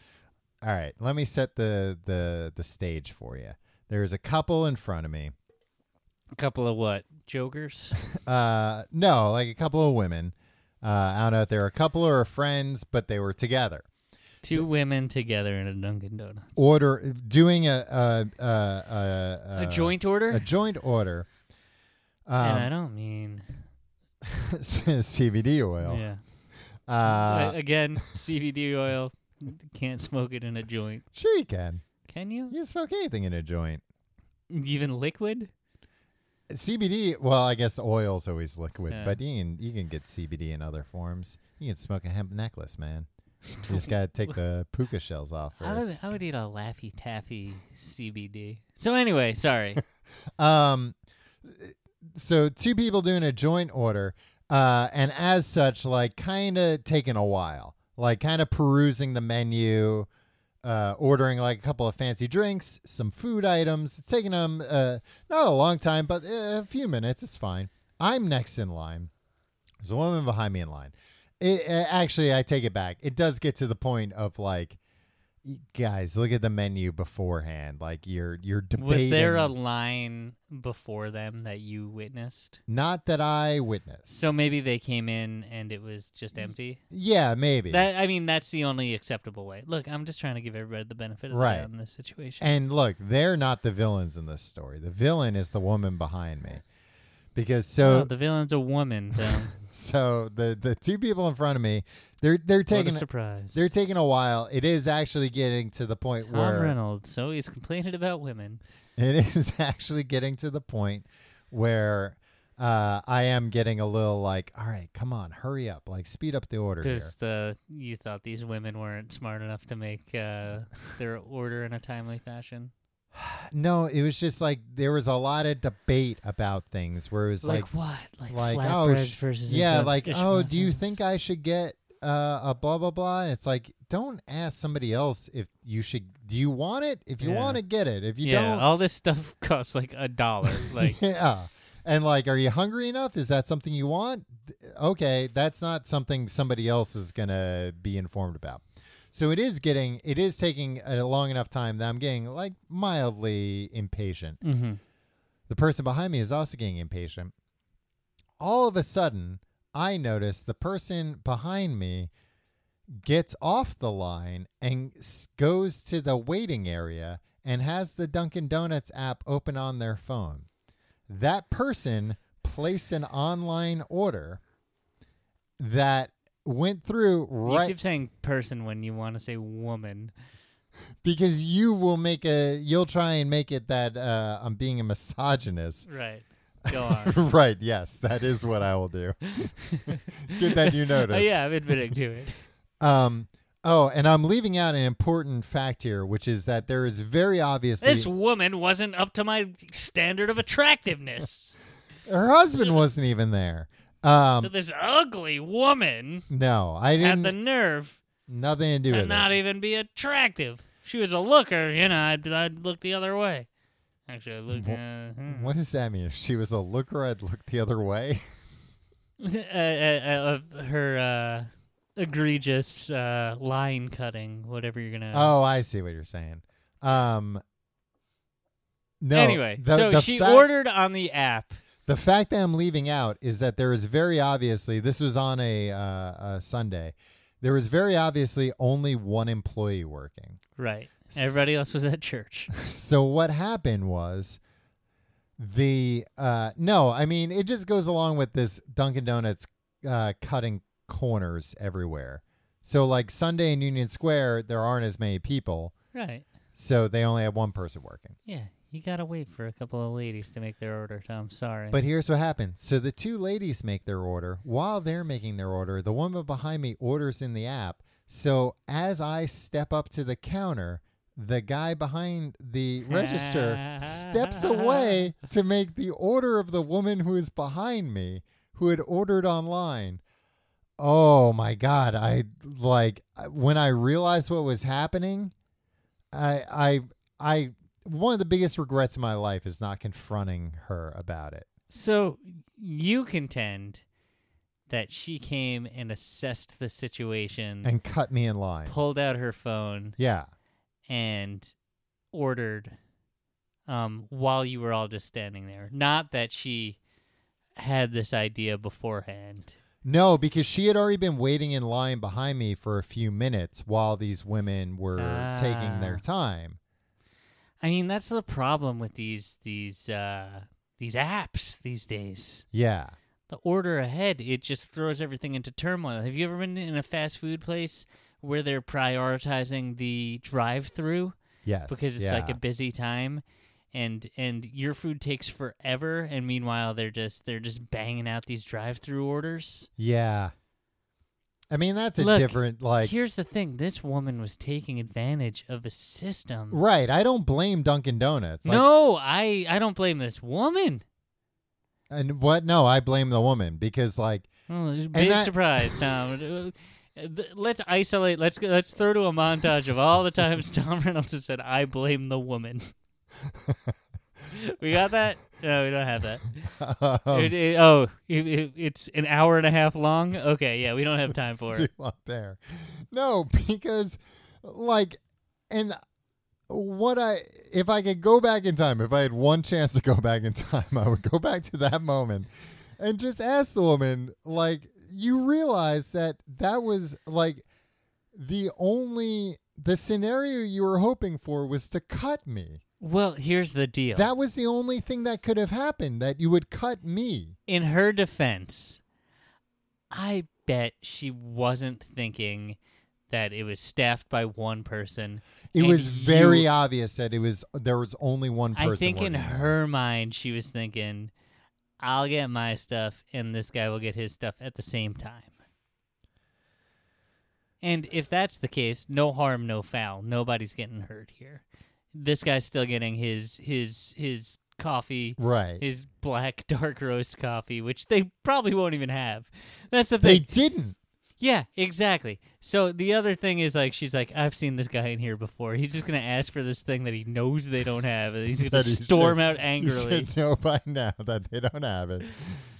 All right, let me set the the the stage for you. There's a couple in front of me. A couple of what? Jokers? *laughs* Uh, no, like a couple of women. Uh, I don't know if they were a couple or friends, but they were together. Two women together in a Dunkin' Donuts. order doing a a a, a, Uh, a joint order? a joint order and I um, don't mean. *laughs* CBD oil. Yeah. Uh, Uh, again, *laughs* CBD oil. Can't smoke it in a joint. sure you can. Can you? You can smoke anything in a joint. Even liquid? CBD. Well, I guess oil's always liquid, Yeah. but you can you can get CBD in other forms. You can smoke a hemp necklace, man. You just gotta *laughs* take the puka shells off I would, first. I would eat a Laffy Taffy CBD. So *laughs* anyway, sorry. Um, so two people doing a joint order, uh, and as such, like kind of taking a while, like kind of perusing the menu, uh, ordering like a couple of fancy drinks, some food items. It's taking them uh, not a long time, but uh, a few minutes. It's fine. I'm next in line. There's a woman behind me in line. It uh, actually, I take it back. It does get to the point of like y- guys, look at the menu beforehand. Like you're you're debating. Was there a line before them that you witnessed? Not that I witnessed. So maybe they came in and it was just empty. Yeah, maybe. That I mean, that's the only acceptable way. Look, I'm just trying to give everybody the benefit of Right. the doubt in this situation. And look, they're not the villains in this story. The villain is the woman behind me. Because so Oh, the villain's a woman. Though. *laughs* so the the two people in front of me, they're they're what a taking surprise! they're taking a while. It is actually getting to the point Tom where Reynolds always complaining about women. *laughs* it is actually getting to the point where uh, I am getting a little like, all right, come on, hurry up, like speed up the order here. Because the uh, you thought these women weren't smart enough to make uh, their order in a timely fashion. No, it was just like there was a lot of debate about things where it was like, Like, what? Like, like oh flatbreads sh- versus yeah enclosed like fish oh do you muffins. think i should get uh, a blah blah blah it's like don't ask somebody else if you should do you want it if you Yeah. want to get it if you yeah, don't all this stuff *laughs* costs like *laughs* a dollar. Like yeah and like are you hungry enough is that something you want Th- okay that's not something somebody else is gonna be informed about so it is getting it is taking a long enough time that i'm getting like mildly impatient mhm. the person behind me is also getting impatient. All of a sudden, I notice the person behind me gets off the line and s- goes to the waiting area and has the Dunkin' Donuts app open on their phone. That person placed an online order that went through You right keep saying person when you want to say woman. because you will make a you'll try and make it that uh, I'm being a misogynist Right. *laughs* Go on. right. Yes, that is what I will do. *laughs* Good that you *laughs* Oh, noticed. yeah, I'm admitting to *laughs* it. Um. Oh, and I'm leaving out an important fact here, which is that there is very obviously This woman wasn't up to my standard of attractiveness. her husband wasn't even there. Um. Mm. so this ugly woman no, I had didn't. the nerve nothing to do to with not it. even be attractive. She was a looker, you know. I'd, I'd look the other way. Actually, I look. Uh, hmm. *laughs* What does that mean? *laughs* If she was a looker, I'd look the other way. uh, uh, uh, her uh, egregious uh, line cutting, whatever you're gonna. Oh, I see what you're saying. Um. No. anyway, the- so the she fact- ordered on the app. The fact that I'm leaving out is that there is very obviously this was on a, uh, a Sunday. There was very obviously only one employee working. Right. Everybody else was *laughs* at church. So what happened was the uh, no, I mean it just goes along with this Dunkin' Donuts uh, cutting corners everywhere. So like Sunday in Union Square, there aren't as many people, right. so they only have one person working. Yeah. You gotta wait for a couple of ladies to make their order, Tom. Sorry. But here's what happened. So the two ladies make their order. While they're making their order, the woman behind me orders in the app. So as I step up to the counter, the guy behind the register steps away to make the order of the woman who is behind me, who had ordered online. Oh my god, I like when I realized what was happening, I I I one of the biggest regrets of my life is not confronting her about it. so you contend that she came and assessed the situation, and cut me in line. pulled out her phone, Yeah. and ordered um, while you were all just standing there. Not that she had this idea beforehand. No, because she had already been waiting in line behind me for a few minutes while these women were taking their Ah. time. I mean, that's the problem with these these uh, these apps these days. Yeah. The order ahead, it just throws everything into turmoil. Have you ever been in a fast food place where they're prioritizing the drive-through Yes. because it's yeah. like a busy time? And and your food takes forever, and meanwhile they're just they're just banging out these drive-through orders. Yeah. I mean, that's a Look, different like Here's the thing: this woman was taking advantage of a system. Right. I don't blame Dunkin' Donuts. Like, no, I I don't blame this woman. And what? No, I blame the woman because like *laughs* Oh, there's a big that- *laughs* surprise, Tom. Uh, th- Let's isolate. Let's go- let's throw to a montage of all the times *laughs* Tom Reynolds has said, "I blame the *laughs* woman." we got that? No, we don't have that. um, It- it- oh, it- it- it's an hour and a half *laughs* long. Okay, yeah, we don't have time for too it. long there. No, because like and what I if I could go back in time, if I had one chance to go back in *laughs* time, I would go back to that moment and just ask the woman, like, you realize that that was like the only the scenario you were hoping for was to cut me. Well, here's the deal. That was the only thing that could have happened that you would cut me. In her defense, I bet she wasn't thinking that it was staffed by one person. It and was very you- obvious that it was there was only one person. I think working in there. her mind, she was thinking, "I'll get my stuff, and this guy will get his stuff at the same time." And if that's the case, no harm, no foul. Nobody's getting hurt here. This guy's still getting his his his coffee, right. his black *laughs* dark roast coffee, which they probably won't even have. That's the thing. they didn't. Yeah, exactly. So the other thing is like she's like, I've seen this guy in here before. He's just gonna ask for this thing that he knows they don't have, and he's gonna That he should- storm out You angrily. should know by now *laughs* that they don't have it.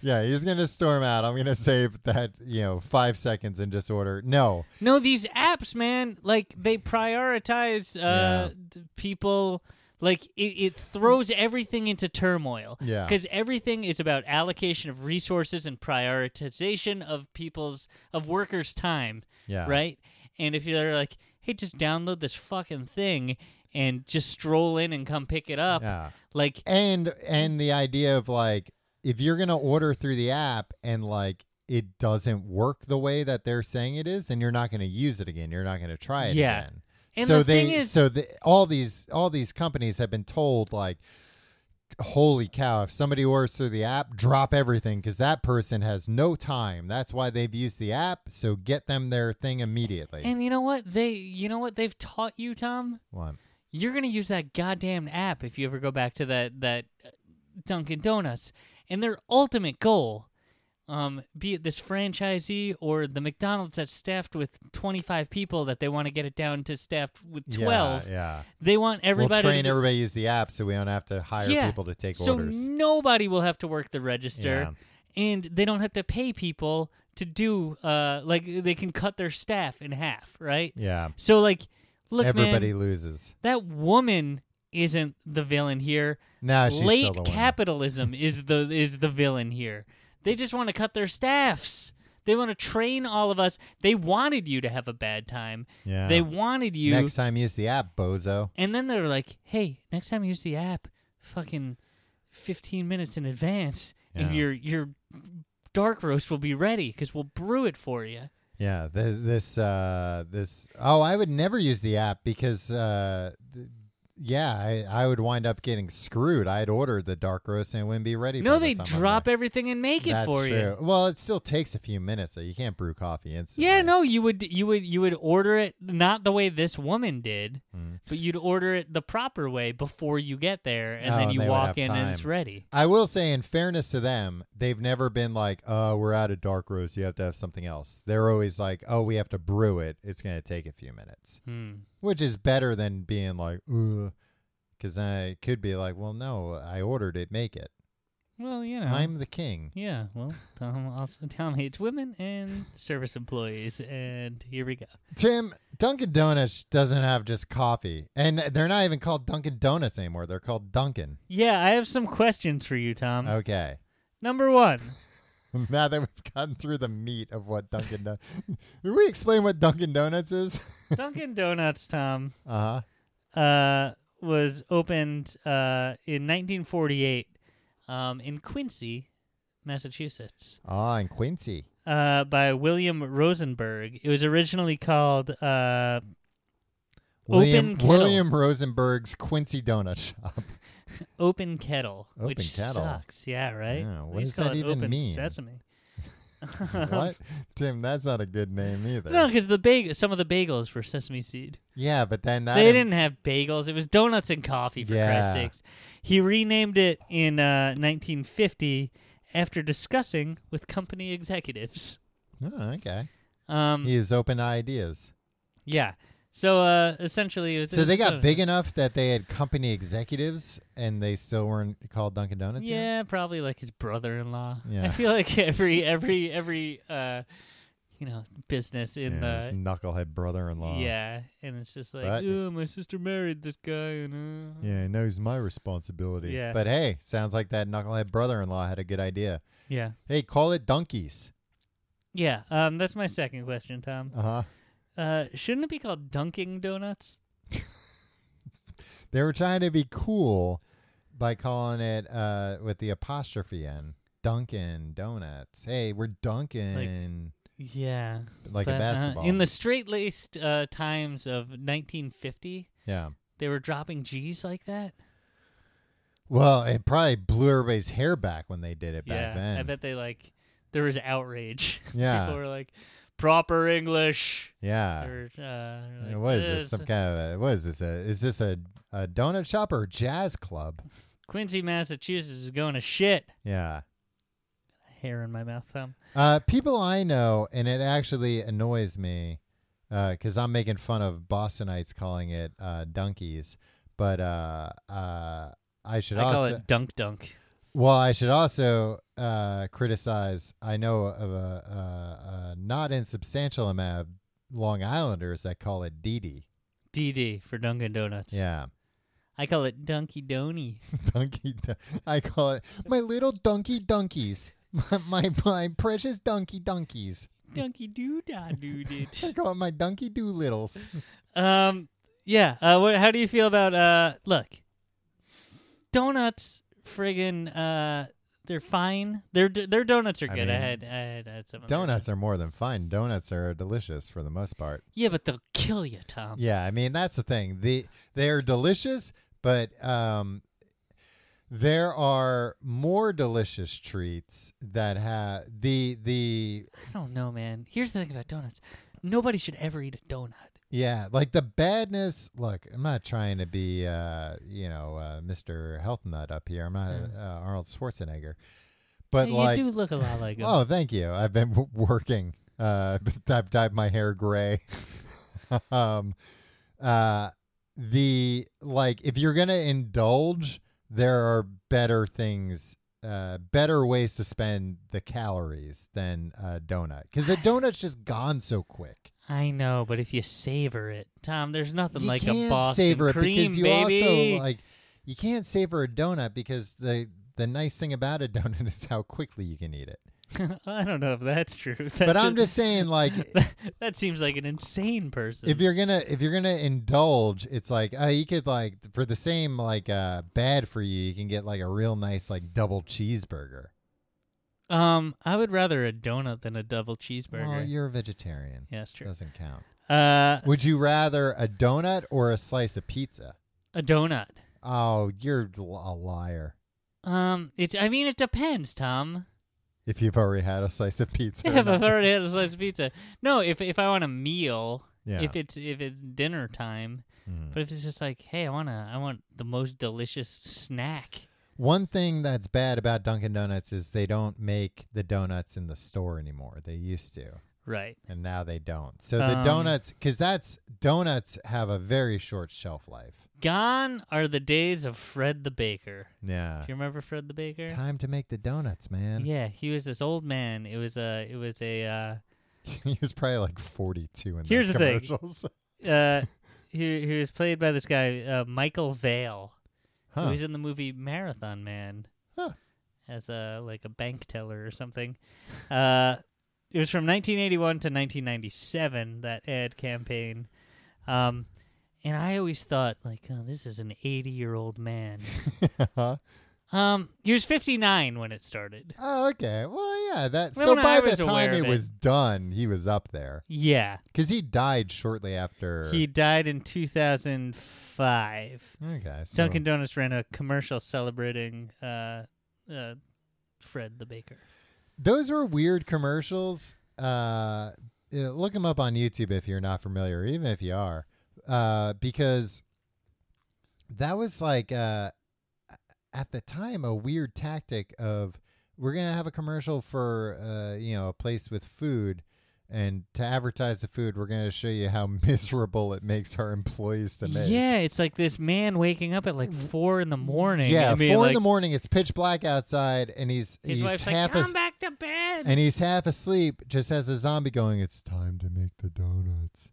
Yeah, he's gonna storm out. I'm gonna save that you know five seconds and just order. No, No, these apps, man, like they prioritize uh d- people like it, it throws everything into turmoil. Yeah. Because everything is about allocation of resources and prioritization of people's of workers' time. yeah, right? And if you're like, hey, just download this fucking thing and just stroll in and come pick it up, Yeah. like, and and the idea of like if you're gonna order through the app and like it doesn't work the way that they're saying it is then you're not gonna use it again you're not gonna try it Yeah. again And so the they thing is- so the, all these all these companies have been told like holy cow if somebody orders through the app drop everything because that person has no time that's why they've used the app so get them their thing immediately and you know what they, you know what they've taught you, Tom? What? You're gonna use that goddamn app if you ever go back to that that uh, Dunkin' Donuts, and their ultimate goal. Um, be it this franchisee or the McDonald's that's staffed with 25 people that they want to get it down to staffed with Yeah, 12. yeah, They want everybody we'll train to be- everybody to use the app so we don't have to hire people to take so orders nobody will have to work the register, and they don't have to pay people to do. Uh, like they can cut their staff in half, right? yeah So like, look, Everybody man, loses. that woman isn't the villain here. Nah, Ah, she's Late still the *laughs* capitalism is the is the villain here. They just want to cut their staffs. They want to train all of us. They wanted you to have a bad time. one. Yeah. They wanted you Next time use the app, bozo. and then they're like, "Hey, next time use the app, fucking fifteen minutes in advance, and Yeah. your your dark roast will be ready because we'll brew it for you." Yeah. This, this, uh, this. Oh, I would never use the app because, uh, th- yeah, I, I would wind up getting screwed. I'd order the dark roast and it wouldn't be ready. No, they drop everything and make it for you. Well, it still takes a few minutes, so you can't brew coffee instantly. Yeah, no, you would you would you would order it not the way this woman did, Mm. but you'd order it the proper way before you get there, and Oh, then and you they would walk have in and it's time. ready. I will say, in fairness to them, they've never been like, "Oh, we're out of dark roast. You have to have something else." They're always like, "Oh, we have to brew it. It's going to take a few minutes." Hmm. which is better than being like, "Ugh," because I could be like, "Well, no, I ordered it. Make it. Well, you know, I'm the king." yeah. Well, Tom also Tom hates women and service employees, and here we go. Tim Dunkin' Donuts doesn't have just coffee, and they're not even called Dunkin' Donuts anymore. They're called Dunkin'. Yeah, I have some questions for you, Tom. Okay. *laughs* Number one, Now that we've gotten through the meat of what Dunkin' Donuts, *laughs* did we explain what Dunkin' Donuts is? Dunkin' Donuts, Tom, Uh huh. uh, was opened uh, in 1948 um, in Quincy, Massachusetts, Ah, in Quincy. uh, by William Rosenberg. It was originally called uh, William, Open Kettle. William Rosenberg's Quincy Donut Shop. Open Kettle, Open which Kettle. sucks. Yeah, right. Yeah, what They used does to call that it even open mean? *laughs* Sesame. what? Tim, that's not a good name either. No, because the bag- some of the bagels were sesame seed. Yeah, but then that They im- didn't have bagels. It was donuts and coffee for Christ's Yeah. sakes. He renamed it in uh, 1950 after discussing with company executives. Oh, okay. Um, He is open to ideas. yeah. So uh, essentially, it was So they got donut. big enough that they had company executives and they still weren't called Dunkin' Donuts. yet? Yeah, probably like *laughs* his brother-in-law. I Yeah. feel like every every every uh, you know, business in Yeah, his the knucklehead brother-in-law. yeah, and it's just like, But- oh, my sister married this guy, and uh, Yeah, no, it's my responsibility. Yeah. But hey, sounds like that knucklehead brother-in-law had a good idea. yeah, Hey, call it donkeys. yeah. Um, that's my second question, Tom. Uh huh. Uh, shouldn't it be called Dunking Donuts? They were trying to be cool by calling it uh with the apostrophe in Dunkin' Donuts. Hey, we're Dunkin' Yeah, like, a but, uh, basketball. in the straight-laced uh, times of 1950, yeah. they were dropping G's like that. Well, it probably blew everybody's hair back when they did it yeah, back then. I bet they like there was outrage. *laughs* Yeah. people were like, proper English. Yeah. Or, uh, or like, what is this? "This- Some kind of a, what is this? A, is this a, a donut shop or a jazz club? Quincy, Massachusetts is going to shit. Yeah. Hair in my mouth, Tom. Uh, people I know, and it actually annoys me because I'm making fun of Bostonites calling it uh, donkeys, but uh, uh, I should I call also it dunk dunk. well, I should also uh, criticize. I know of a, a, a not insubstantial amount of Long Islanders that call it Dee Dee. DD for Dunkin' Donuts. Yeah, I call it Dunky Donny. *laughs* donkey. Dun- I call it my little donkey donkeys. *laughs* My, my my precious donkey donkeys. Dunky doo da *laughs* doo I did. call it my donkey doolittles. um, yeah. Uh, what, how do you feel about uh? Look, donuts, friggin' uh, they're fine. Their d- their donuts are I good. I, mean, had I had, I had some of their Donuts are more than fine. Donuts are delicious for the most part. Yeah, but they'll kill you, Tom. Yeah, I mean that's the thing. The they are delicious, but um, there are more delicious treats that have the the I don't know, man. Here's the thing about donuts: nobody should ever eat a donut. yeah like the badness. Look, I'm not trying to be uh you know uh, Mr. Health Nut up here. I'm not Mm. uh, Arnold Schwarzenegger, but you like do look a lot like him. oh thank you. I've been w- working. Uh, *laughs* I've dyed my hair gray. *laughs* um, uh, the like if you're gonna indulge, there are better things, uh, better ways to spend the calories than a donut because a donut's just gone so quick. I know, but if you savor it, Tom, there's nothing you like can't a Boston savor it cream, because you baby. also like you can't savor a donut because the the nice thing about a *laughs* donut is how quickly you can eat it. *laughs* I don't know if that's true. That But I'm just saying, like, that seems like an insane person. if you're gonna if you're gonna indulge it's like uh, you could like for the same like uh bad for you you can get like a real nice like double cheeseburger um, I would rather a donut than a double cheeseburger. well you're a vegetarian yeah, that's true. doesn't count Uh, would you rather a donut or a slice of pizza a donut. oh you're l- a liar Um, it's. I mean, it depends, Tom. if you've already had a slice of pizza or *laughs* if I've not. already had a slice of pizza, no. If if I want a meal, yeah if it's if it's dinner time, Mhm. but if it's just like, hey, I wanna, I want the most delicious snack. one thing that's bad about dunkin' donuts is they don't make the donuts in the store anymore they used to Right. and now they don't. So the Um, donuts, because that's donuts have a very short shelf life. Gone are the days of Fred the Baker. Yeah, Do you remember Fred the Baker? time to make the donuts, man. Yeah, he was this old man. It was a it was a uh, *laughs* he was probably like forty-two in Here's those the thing. commercials. *laughs* uh he he was played by this guy uh, Michael Vale, Huh. who was in the movie Marathon Man Huh. as a like a bank teller or something. Uh, it was from 1981 to 1997 that ad campaign, um, and I always thought like, oh, this is an 80 year old *laughs* man. Huh? um, he was 59 when it started. oh, okay. Well, yeah. That Well, so no, by I the was aware time of it it. was done, he was up there Yeah, because he died shortly after. he died in 2005. okay. So, Dunkin' Donuts ran a commercial celebrating uh, uh, Fred the Baker. those were weird commercials. Uh, you know, look them up on YouTube if you're not familiar, even if you are, uh, because that was like uh, at the time a weird tactic of we're gonna have a commercial for uh, you know a place with food. And to advertise the food, we're going to show you how *laughs* miserable it makes our employees to make. Yeah, it's like this man waking up at like four in the morning. yeah. I mean, four like, in the morning, it's pitch black outside, and he's His he's wife's half like, as- "Come back back to bed. and he's half asleep just as a zombie going it's time to make the donuts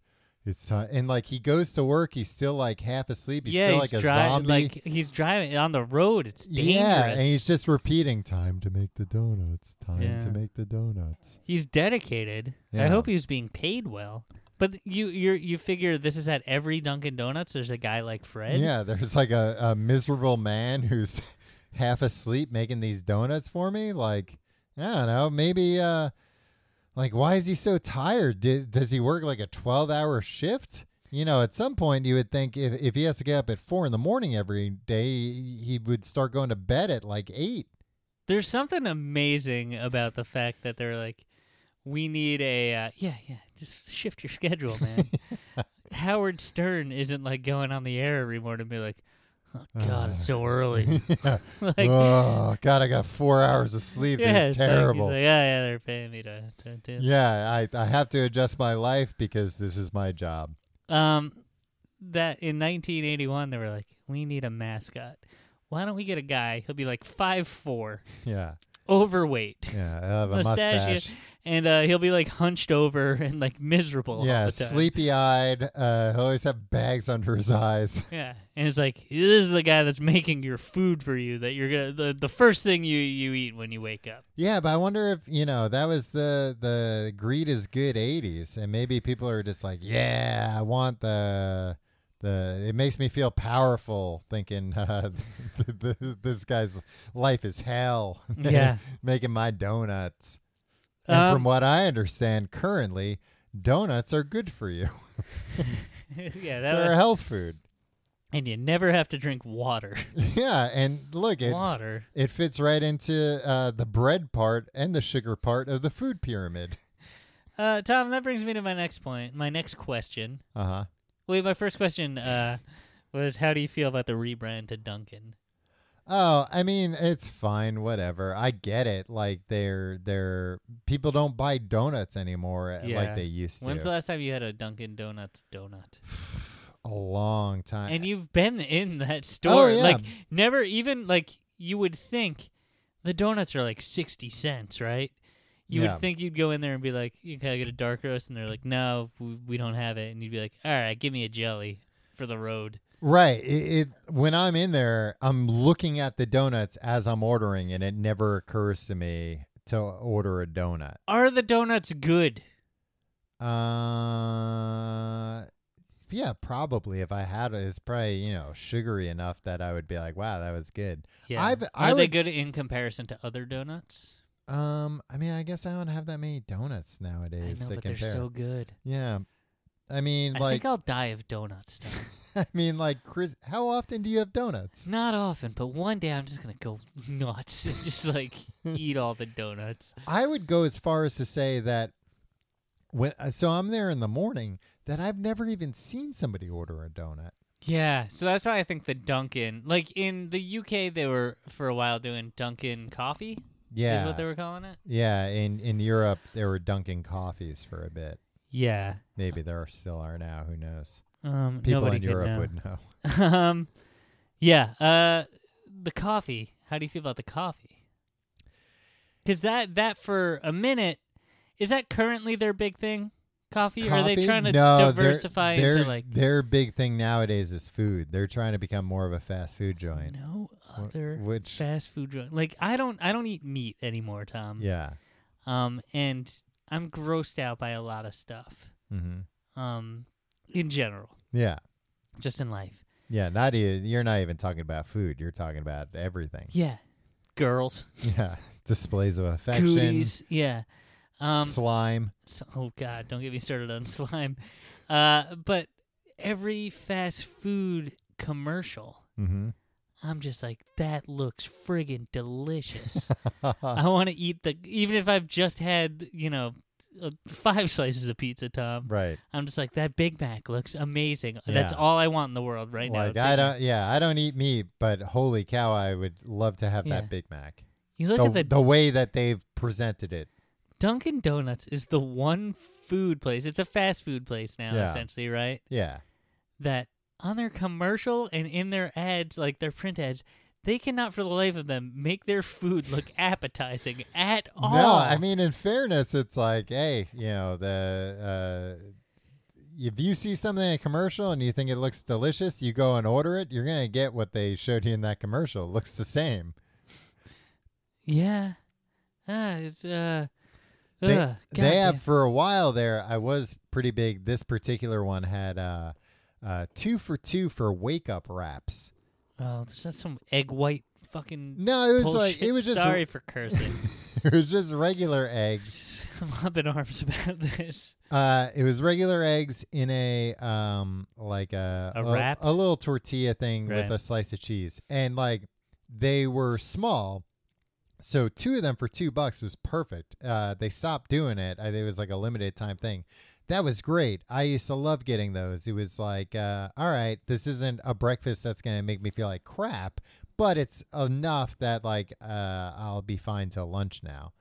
it's time and like he goes to work he's still like half asleep he's yeah, still he's like a driving. zombie Like he's driving on the road. It's dangerous. yeah and he's just repeating time to make the donuts time Yeah. to make the donuts He's dedicated. I Yeah. hope he was being paid well. But you you you figure this is at every Dunkin' Donuts. There's a guy like Fred. yeah there's like a, a miserable man who's *laughs* half asleep making these donuts for me like i don't know maybe uh like why is he so tired Did, does he work like a 12 hour shift you know at some point you would think if, if he has to get up at four in the morning every day he he would start going to bed at like eight *laughs* There's something amazing about the fact that they're like, we need a uh, yeah yeah. Just shift your schedule, man. *laughs* Howard Stern isn't like going on the air every morning and be like, oh god, it's Uh, *laughs* so early. *laughs* Yeah. *laughs* like, oh god i got four hours of sleep yeah, it's it's like- he's terrible Like, yeah, yeah, they're paying me to, to do. yeah I, I have to adjust my life because this is my job Um, that in 1981 they were like, we need a mascot. Why don't we get a guy? He'll be like five four, yeah overweight, yeah i have a Mustache, yeah. mustache and uh, he'll be like hunched over and like miserable. all yeah the time. sleepy eyed uh he'll always have bags under his eyes *laughs* Yeah, and it's like this is the guy that's making your food for you. That you're gonna the, the first thing you you eat when you wake up. Yeah, but I wonder if you know that was the the greed is good '80s, and maybe people are just like, yeah, I want the the. It makes me feel powerful thinking *laughs* uh, th- th- this guy's life is hell. *laughs* *laughs* Yeah. making my donuts. And Um, from what I understand, currently donuts are good for you. *laughs* yeah, that They're a was, health food. *laughs* and you never have to drink *laughs* water. yeah, and look, it water. it fits right into uh, the bread part and the sugar part of the food pyramid. Uh, Tom, that brings me to my next point. My next question. Uh huh. Wait, my first question uh, was how do you feel about the rebrand to Duncan? Oh, I mean, it's fine, whatever. I get it. Like they're they're people don't buy donuts anymore eh, Yeah. like they used to. When's the last time you had a Dunkin' Donuts donut? a long time. And you've been in that store, Oh, yeah. like never even like you would think the donuts are like sixty cents, right? You Yeah. would think you'd go in there and be like, "You gotta get a dark roast," and they're like, "No, we, we don't have it." And you'd be like, "All right, give me a jelly for the road." right. It, it when I'm in there, I'm looking at the donuts as I'm ordering and it never occurs to me to order a donut. Are the donuts good? Uh yeah, probably if I had it, it's probably, you know, sugary enough that I would be like, wow, that was good. I've- are I they would- good in comparison to other donuts? Um, I mean, I guess I don't have that many donuts I nowadays know, to but compare. they're so good. Yeah. I mean, I like, think I'll die of donuts. Tom. *laughs* I mean, like, Chris, how often do you have donuts? Not often, but one day I'm just gonna go nuts and just *laughs* like eat all the donuts. I would go as far as to say that when, uh, so I'm there in the morning that I've never even seen somebody order a donut. Yeah, so that's why I think the Dunkin', like in the UK, they were for a while doing Dunkin' coffee. Yeah. is what they were calling it. yeah. In, in Europe, there were Dunkin' coffees for a bit. Yeah, Maybe there are, still are now. Who knows? um, People nobody in could Europe know. would *laughs* know. um, yeah, uh, the coffee. How do you feel about the coffee? Because that that for a minute is that currently their big thing? Coffee? Or are they Coffee? trying to No, they're- diversify their, into like their big thing nowadays is food. They're trying to become more of a fast food joint. no Wh- other Which, fast food joint. Like I don't I don't eat meat anymore, Tom. yeah. Um and I'm grossed out by a lot of stuff. hmm Um in general, Yeah. just in life. Yeah, not even, you're not even talking about food. You're talking about *laughs* everything. *laughs* Yeah. Girls, Yeah, displays of affection, cooties, yeah. Um slime. so, oh god, don't get me started on *laughs* slime. Uh but every fast food commercial, hmm I'm just like that looks friggin' delicious. I want to eat the even if I've just had, you know, uh, five slices of pizza, Tom. right. I'm just like that Big Mac looks amazing. That's Yeah. all I want in the world right now. like Big I Mac. don't. Yeah, I don't eat meat, but holy cow, I would love to have Yeah. that Big Mac. You look The, at the the way that they've presented it. Dunkin' Donuts is the one food place. It's a fast food place now, Yeah. essentially, right? Yeah. That on their commercial and in their ads, like their print ads, They cannot, for the life of them, make their *laughs* food look appetizing at all. No, I mean, in fairness, it's like, hey, you know, the uh, if you see something in a commercial and you think it looks delicious, you go and order it. You're gonna get what they showed you in that commercial. It looks the same. yeah, Ah, it's uh, They, ugh, they goddamn. have for a while there. I was pretty big. This particular one had uh, uh, two for two for wake up wraps. Oh, is that some egg white fucking? No, it was like bullshit? it was just sorry for cursing. *laughs* *laughs* it was just regular eggs. I'm up in arms about this. Uh, it was regular eggs in a um like a A wrap? a little tortilla thing Right. with a slice of cheese, and like they were small, so two of them for two bucks was perfect. Uh, they stopped doing it. I, it was like a limited time thing. That was great. I used to love getting those. It was like, uh, all right, this isn't a breakfast that's gonna make me feel like crap, but it's enough that like uh, I'll be fine till lunch now.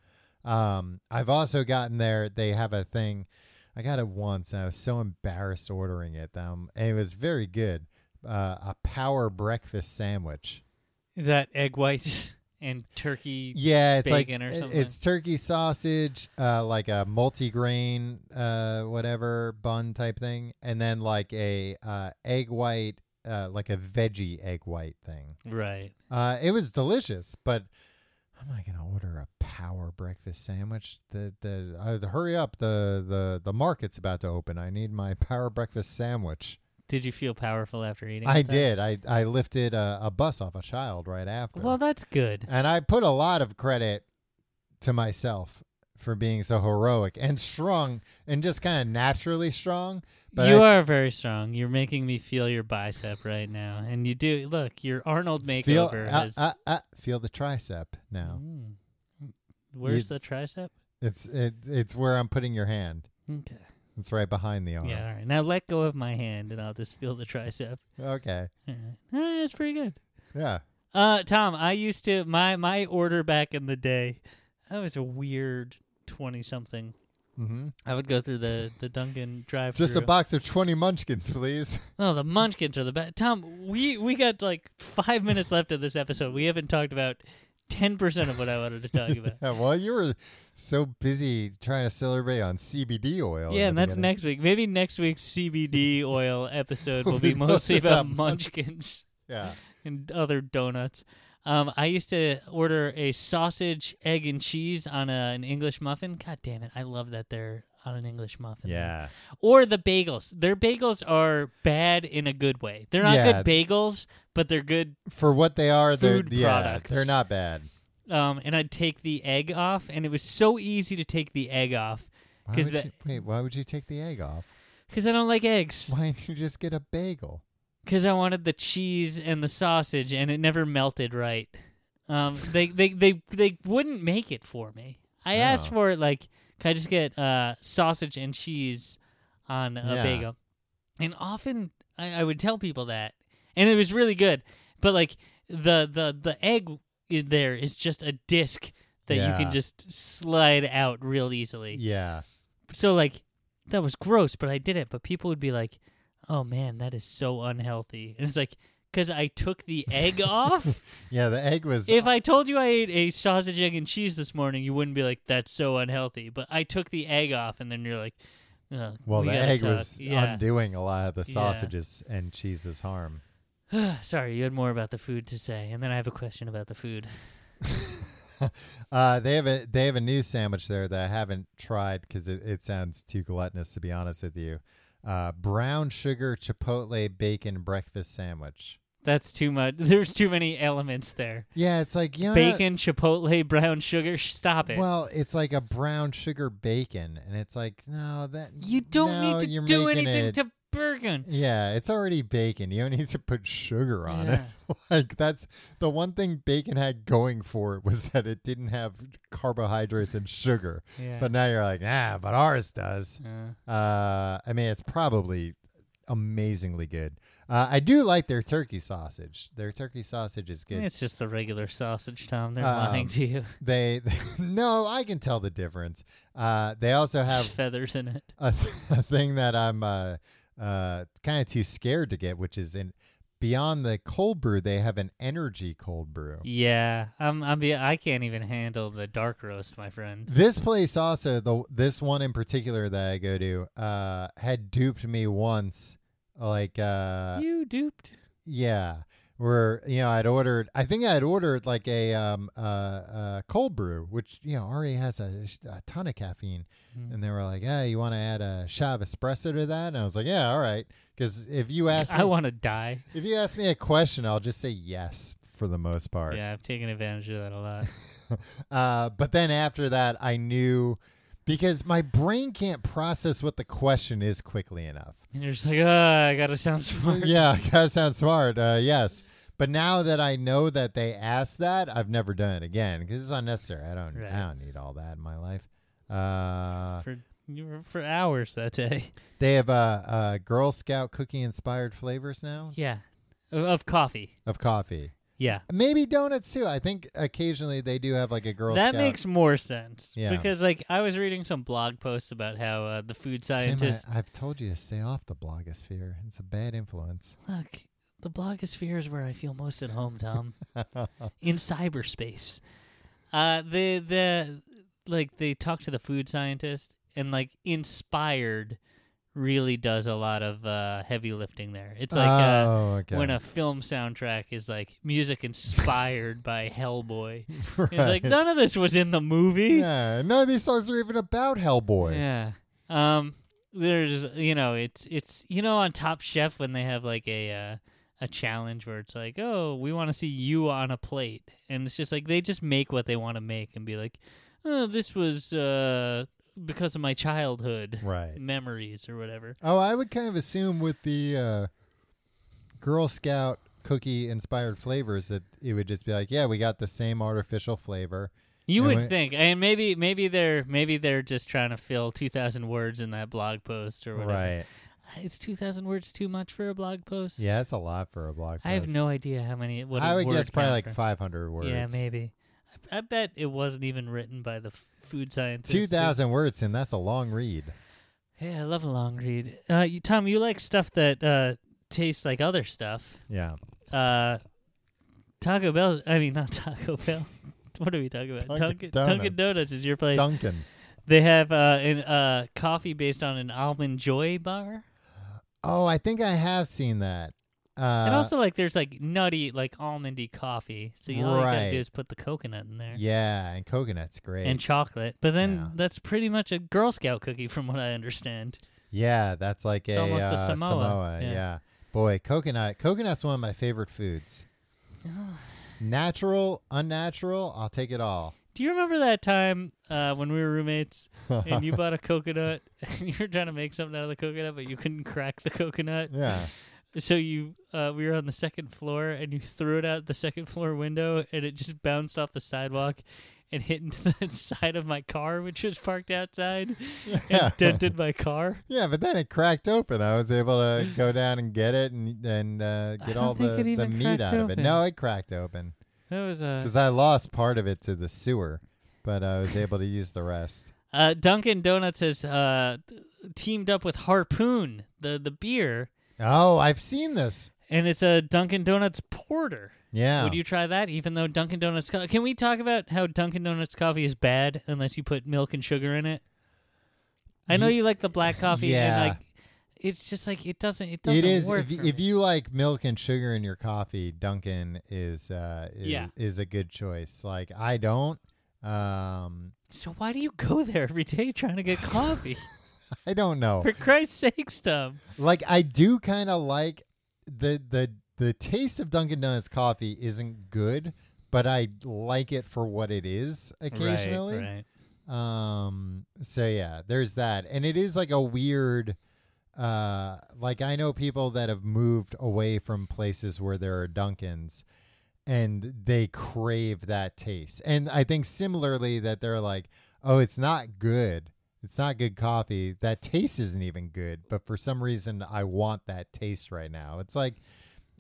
Um, I've also gotten there. They have a thing. I got it once, and I was so embarrassed ordering it. Um, and it was very good. Uh, a power breakfast sandwich. That egg whites *laughs* and turkey. Yeah, it's Bacon or like it- something. it's turkey sausage, uh, like a multigrain, uh, whatever bun type thing, and then like a uh, egg white, uh, like a veggie egg white thing. Right. Uh, it was delicious, but I'm not gonna order a power breakfast sandwich. The the uh, hurry up, the the the market's about to open. I need my *laughs* power breakfast sandwich. Did you feel powerful after eating? I that? did. I I lifted a, a bus off a child right after. Well, that's good. and I put a lot of credit to myself for being so heroic and strong and just kind of naturally strong. But you I are very strong. You're making me feel your bicep right now, and you do. Look, your Arnold makeover feel uh, I, has. I, I feel the tricep now. Mm. Where's It's- the tricep? It's it, it's where I'm putting your hand. Mm-hmm. Okay. It's right behind the arm. Yeah. All right. Now let go of my hand, and I'll just feel the tricep. *laughs* Okay. All right. Ah, that's pretty good. Yeah. Uh, Tom, I used to my my order back in the day. I was a weird twenty something. Mm-hmm. I would go through the the Duncan drive. Just a box of 20 munchkins, please. Oh, the Munchkins are the best. Tom, we we got like five minutes left of this episode. We haven't talked about ten percent of what I wanted to talk *laughs* about. Yeah, well, you were so busy trying to celebrate on CBD oil. in yeah, the and that's beginning. next week. Maybe next week's *laughs* CBD oil episode will Will be be mostly mostly about about Munchkins. Yeah. and other donuts. Um, I used to order a sausage, egg, and cheese on a, an English muffin. God damn it, I love that they're on an English muffin. Yeah. Or the bagels. Their bagels are bad in a good way. They're not Yeah. good bagels, but they're good. For what they are, they're, Food yeah, products. they're not bad. Um, and I'd take the egg off, and it was so easy to take the egg off Why 'Cause would that- you- wait, why would you take the egg off? *laughs* because I don't like eggs. Why didn't you just get a bagel? Because I wanted the cheese and the sausage, and it never melted right. Um, they, they, they, they wouldn't make it for me. I asked Oh. for it like, can I just get uh, sausage and cheese on a Yeah. bagel? And often I, I would tell people that, and it was really good. But like the the the egg i- there is just a disc that you Yeah. can just slide out real easily Yeah. so like that was gross but i did it but people would be like oh man that is so unhealthy and it's like because i took the *laughs* egg off Yeah, the egg was if i told you i ate a sausage egg and cheese this morning you wouldn't be like that's so unhealthy but i took the egg off and then you're like oh, well, we the gotta egg talk. was yeah. undoing a lot of the Yeah. sausages and cheese's harm. *sighs* sorry you had more about the food to say and then i have a question about the food *laughs* Uh, they have a they have a new sandwich there that I haven't tried because it, it sounds too gluttonous to be honest with you. Uh, brown sugar chipotle bacon breakfast sandwich. that's too much *laughs* there's too many elements there Yeah, it's like you know, bacon chipotle brown sugar Sh- stop it Well, it's like a brown sugar bacon, and it's like no, that you don't no, need to you're do making anything it- to Bergen. Yeah, it's already bacon. You don't need to put sugar on it. *laughs* like that's the one thing bacon had going for it was that it didn't have carbohydrates and sugar. Yeah. But now you're like, ah, but ours does. Uh, Uh, I mean, it's probably amazingly good. Uh, I do like their turkey sausage. Their turkey sausage is good. It's just the regular sausage, Tom. They're Um, lying to you. They, *laughs* no, I can tell the difference. Uh, they also have There's feathers in it. *laughs* a, th- a thing that I'm uh, uh, kind of too scared to get, which is an beyond the cold brew, they have an energy cold brew. Yeah, I'm. I'm. be- I can't even handle the dark roast, my friend. This place also, the this one in particular that I go to, uh, had duped me once. Like, uh, you duped. yeah, where you know I'd ordered, I think I'd ordered like a um uh, uh cold brew, which you know already has a, a ton of caffeine, Mm. and they were like, "Hey, you want to add a shot of espresso to that?" And I was like, "Yeah, all right," because if you ask me, I want to die. if you ask me a question, I'll just say yes for the most part. Yeah, I've taken advantage of that a lot. *laughs* Uh, but then after that, I knew because my brain can't process what the question is quickly *laughs* enough. And you're just like, ah, I gotta sound smart. yeah, gotta sound smart. Uh, yes. But now that I know that they asked that, I've never done it again because it's unnecessary. I don't, Right. I don't need all that in my life. *laughs* Uh, For you were for hours *laughs* that day. they have uh, uh, Girl Scout cookie inspired flavors now Yeah, of, of coffee. of coffee. Yeah, Maybe donuts too. I think occasionally they do have like a Girl that Scout. makes more sense. Yeah. because like I was reading some blog posts about how uh, the food Tim, scientists I, I've told you to stay off the blogosphere. It's a bad influence. Look, the blogosphere is where I feel most at home, Tom. *laughs* In cyberspace. Uh the the like they talk to the food scientist and like inspired really does a lot of uh heavy lifting there. It's like uh oh, okay. *laughs* when a *laughs* film soundtrack is like music inspired by *laughs* Hellboy. Right. It's like none of this was in the movie. yeah, none of these songs are even about Hellboy. Yeah. Um. There's, you know, it's it's you know on Top Chef when they have like a uh, a challenge where it's like, oh, we want to see you on a plate, and it's just like they just make what they want to make and be like, oh, this was uh because of my childhood Right. memories or whatever. Oh, I would kind of assume with the uh, Girl Scout cookie inspired flavors that it would just be like, yeah, we got the same artificial flavor. You And would we- think, and maybe maybe they're maybe they're just trying to fill two thousand words in that blog post or whatever. It's two thousand words too much for a blog post. Yeah, that's a lot for a blog post. I have no idea how many. What a I would word guess probably count like for- 500 words. Yeah, maybe. I, I bet it wasn't even written by the f- food scientist. 2,000 words, and that's a long read. Yeah, I love a long read. Uh, you, Tom, you like stuff that uh, tastes like other stuff. Yeah. Uh, Taco Bell. I mean, not *laughs* Taco Bell. what are we talking about? Dunkin' Dunkin' Dunkin' Donuts is your place. Duncan. they have uh, an uh, coffee based on an almond joy bar. Oh, I think I have seen that. Uh, and also, like, there's like nutty, like almondy coffee. So you all you gotta Right. do is put the coconut in there. yeah, and coconut's great. and chocolate. But then Yeah. that's pretty much a Girl Scout cookie, from what I understand. Yeah, that's like It's a, almost a uh, Samoa, Samoa. yeah. Yeah. boy, coconut. Coconut's one of my favorite *sighs* foods. Natural, unnatural, I'll take it all. Do you remember that time uh, when we were roommates and you bought a coconut *laughs* and you were trying to make something out of the coconut, but you couldn't crack the coconut? Yeah, So you, uh, we were on the second floor and you threw it out the second floor window and it just bounced off the sidewalk. And hit into *laughs* the side of my car, which was parked outside, Yeah. and dented my car. *laughs* yeah, but then it cracked open. I was able to go down and get it and and uh, I get don't all think the, it the even meat cracked out of it. open. No, it cracked open That was uh, a because I lost part of it to the sewer, but I was able to use the rest. Uh, Dunkin' Donuts has uh, t- teamed up with Harpoon, the the beer, Oh, I've seen this. and it's a Dunkin' Donuts porter. Yeah, Would you try that? Even though Dunkin' Donuts, co- can we talk about how Dunkin' Donuts coffee is bad unless you put milk and sugar in it? I know Ye- you like the black coffee, yeah. and like it's just like it doesn't it doesn't it is work. if, for if me. you like milk and sugar in your coffee dunkin is uh is, Yeah. is a good choice like i don't um *laughs* so why do you go there every day trying to get coffee? i don't know for Christ's sake, Tom. like i do kind of like the the the taste of dunkin donuts coffee isn't good but i like it for what it is occasionally right. Um. So yeah, there's that, and it is like a weird. Uh, like I know people that have moved away from places where there are Dunkins, and they crave that taste. And I think similarly that they're like, oh, it's not good. It's not good coffee. That taste isn't even good. But for some reason, I want that taste right now. It's like.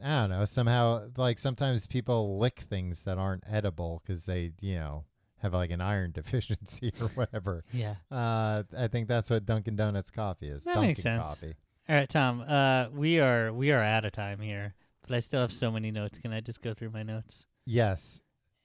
I don't know. Somehow, like sometimes people lick things that aren't edible because they, you know, have like an iron *laughs* deficiency or whatever. Yeah. Uh, I think that's what Dunkin' Donuts coffee is. That Dunkin' makes sense. Coffee. All right, Tom. Uh, we are we are out of time here. But I still have so many notes. Can I just go through my notes Yes.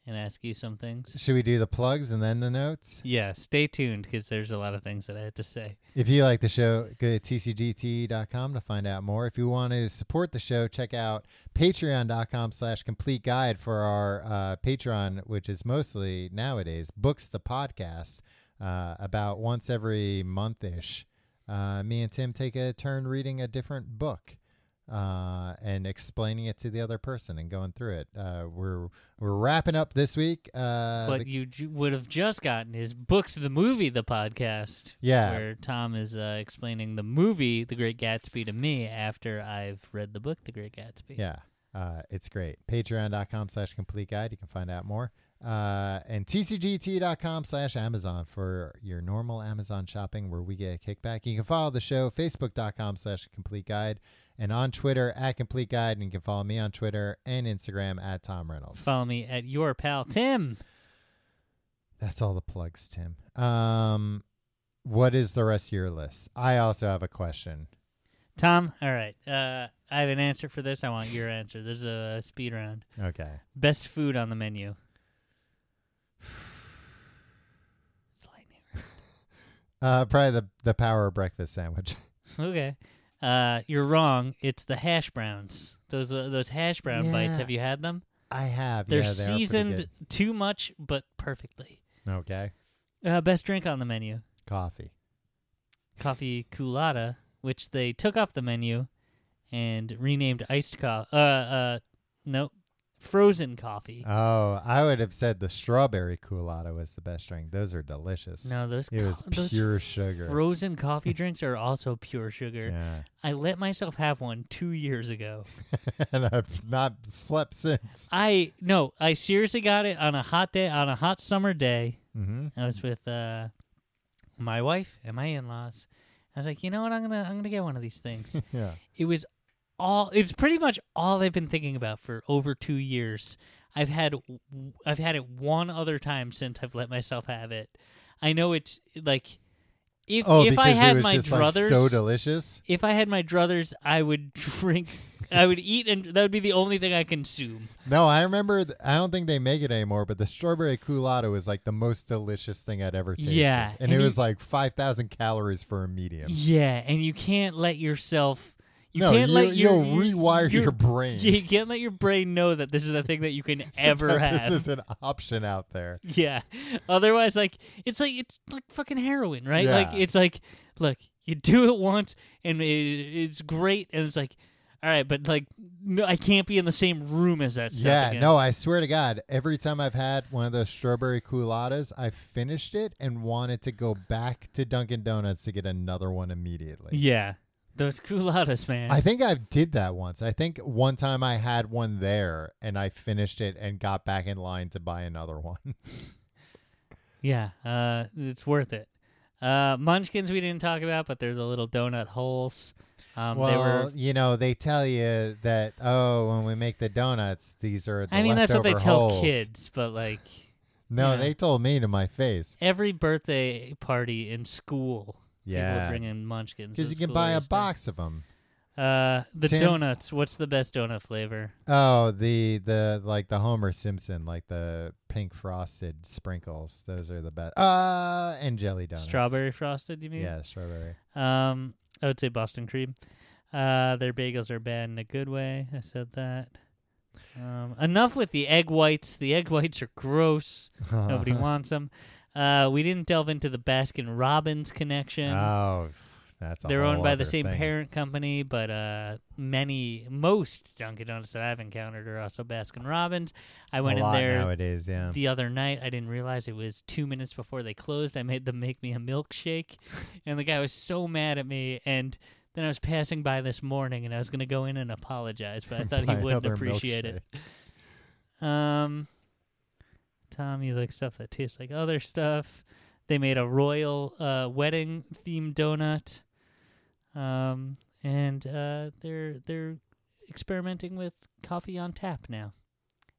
and ask you some things? Should we do the plugs and then the notes? Yeah, stay tuned because there's a lot of things that I had to say. If you like the show, go to tcgt.com E to find out more. If you want to support the show, check out patreon.com slash complete guide for our uh, Patreon, which is mostly nowadays books the podcast uh, about once every month-ish. Uh, me and Tim take a turn reading a different book uh, and explaining it to the other person and going through it. Uh, we're we're wrapping up this week. Uh, what the- you ju- would have just gotten is books the movie the podcast Yeah. where tom is uh, explaining the movie the great gatsby to me after i've read the book the great gatsby Yeah. Uh, it's great. Patreon.com slash complete guide. You can find out more. Uh, and tcgt.com slash Amazon for your normal Amazon shopping where we get a kickback. You can follow the show, facebook.com slash complete guide, and on Twitter at complete guide. And you can follow me on Twitter and Instagram at Tom Reynolds. follow me at your pal tim That's all the plugs, Tim. Um, what is the rest of your list? I also have a question. tom all right uh, i have an answer for this i want your answer this is a speed round Okay. best food on the menu It's lightning Uh, probably the, the power breakfast sandwich. round. okay uh, you're wrong it's the hash browns those uh, those hash brown bites Yeah. have you had them I have. They're yeah, they are pretty seasoned good. too much, but perfectly. Okay. Uh, best drink on the menu: Coffee. coffee culotta, which they took off the menu and renamed iced coffee. Uh, uh, no, frozen coffee. Oh, I would have said the strawberry culotta was the best drink. Those are delicious. no, those it was co- those pure sugar. Frozen coffee drinks are also pure sugar. *laughs* yeah, *laughs* I let myself have one two years ago. and I've not slept since. I no, I seriously got it on a hot day, on a hot summer day. Mm-hmm. I was with uh, my wife and my in-laws. I was like, you know what? I'm gonna I'm gonna get one of these things. Yeah, it was all. It's pretty much all I've been thinking about for over two years. I've had w- I've had it one other time since I've let myself have it. I know it's like if Oh, if because I had it was my just druthers, like so delicious. if I had my druthers, I would *laughs* drink. I would eat, and that would be the only thing I consume. No, I remember. Th- I don't think they make it anymore, but the strawberry culotta was like the most delicious thing I'd ever tasted. Yeah, and, and it you- was like five thousand calories for a medium. Yeah, and you can't let yourself. You no, can't you, let your, you'll rewire your, brain. *laughs* You can't let your brain know that this is a thing that you can *laughs* ever That have. this is an option out there. Yeah. Otherwise, like it's like it's like fucking heroin, right? Like Yeah. it's like, look, you do it once and it, it's great, and it's like, all right, but like, no, I can't be in the same room as that stuff. Yeah, again. no, I swear to God, every time I've had one of those strawberry culottes, I finished it and wanted to go back to Dunkin' Donuts to get another one immediately. Yeah, those culottes, man. I think I did that once. I think one time I had one there and I finished it and got back in line to buy another one. yeah, uh, it's worth it. Uh, munchkins we didn't talk about, but they're the little donut holes. Um, they well, were. you know, they tell you that oh, when we make the donuts, these are the I mean, that's what they leftover tell holes. kids, but like No, Yeah. they told me to my face. every birthday party in school, people Yeah. would bring in munchkins Because It's you can buy a glorious thing. box of them. Uh, the Tim- donuts. What's the best donut flavor? Oh, the the like the Homer Simpson, like the pink frosted sprinkles. Those are the best. Uh, and jelly donuts. Strawberry frosted, you mean? Yeah, strawberry. Um, I would say Boston cream. Uh, their bagels are bad in a good way. I said that. Um, enough with the egg whites. The egg whites are *laughs* gross. Nobody wants them. Uh, we didn't delve into the Baskin Robbins connection. Oh, that's. a They're whole owned by the other same thing. parent company, but uh, many, most Dunkin' Donuts that I've encountered are also Baskin Robbins. I a went in lot there nowadays. Yeah. the other night. I didn't realize it was two minutes before they closed. I made them make me *laughs* a milkshake, and the guy was so mad at me. And then I was passing by this morning, and I was going to go in and apologize, *laughs* but I thought he Buy wouldn't another appreciate it. Um, Tom, you like stuff that tastes like other stuff. They made a royal uh, wedding themed donut, um, and uh, they're they're experimenting with coffee on tap now.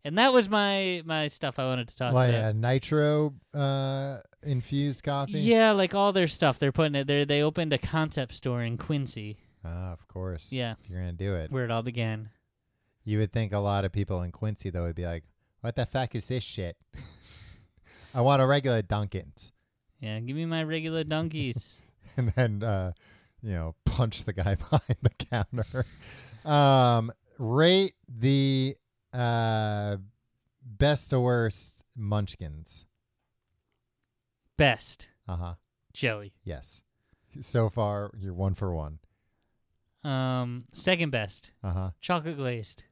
And that was my my stuff I wanted to talk Like about. a nitro uh, infused coffee. Yeah, like all their stuff. They're putting it there. They opened a concept store in Quincy, Ah, of course. Yeah. If you're gonna do it. where it all began. You would think a lot of people in Quincy though would be like, "What the fuck is this shit?" *laughs* I want a regular Dunkin's, Yeah, give me my *laughs* regular donkeys. and then uh, you know punch the guy *laughs* behind the counter. Um, rate the uh, best to worst Munchkins. Best Uh huh. Joey. Yes. So far, you're one for one. Um, second best Uh huh. chocolate glazed.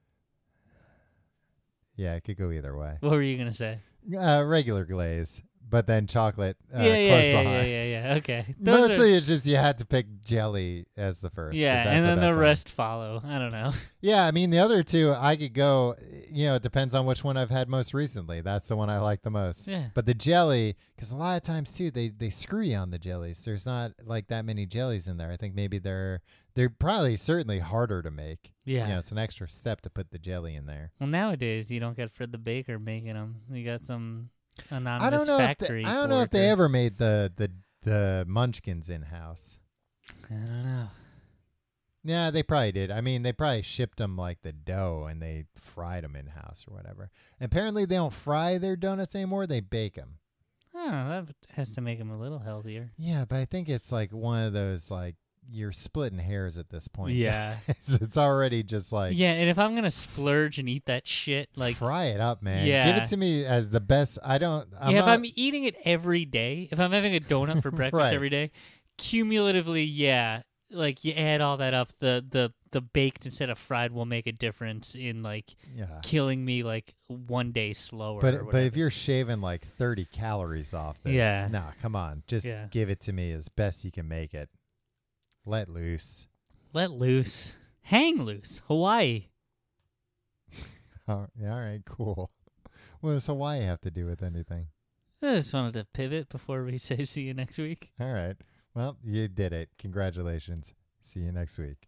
Yeah, it could go either way. What were you gonna say? Uh, regular glaze, but then chocolate uh, yeah, yeah, close yeah, behind. yeah, yeah, yeah. Okay. Those are- Mostly, it's just you had to pick jelly as the first. 'cause yeah, that's and then the, best one. rest follow. I *laughs* don't know. Yeah, I mean the other two, I could go. You know, it depends on which one I've had most recently. That's the one I like the most. Yeah. But the jelly, because a lot of times too, they they screw you on the jellies. There's not like that many jellies in there. I think maybe they're they're probably certainly harder to make. Yeah. You know, it's an extra step to put the jelly in there. Well, nowadays you don't get Fred the Baker making them. You got some anonymous I don't know. If factory. they, I don't know if they worker. ever made the the the Munchkins in house. I don't know. Yeah, they probably did. I mean, they probably shipped them like the dough and they fried them in house or whatever. Apparently, they don't fry their donuts anymore; they bake them. Oh, that has to make them a little healthier. Yeah, but I think it's like one of those like you're splitting hairs at this point. Yeah. *laughs* it's, it's already just like yeah, and if I'm gonna splurge and eat that shit, like fry it up, man. give Yeah. it to me as the best. I don't. I'm yeah, not- if I'm eating it every day, if I'm having a *laughs* donut for breakfast Right. every day, cumulatively, yeah, like you add all that up, the the the baked instead of fried will make a difference in like yeah. killing me like one day slower. or But but if whatever. you're shaving like 30 calories off this, Yeah. nah, come on, just Yeah. give it to me as best you can make it. Let loose. *laughs* let loose, hang loose, Hawaii. All right, all right, cool. *laughs* What does Hawaii have to do with anything? I just wanted to pivot before we *laughs* say see you next week. All right. Well, you did it. Congratulations. See you next week.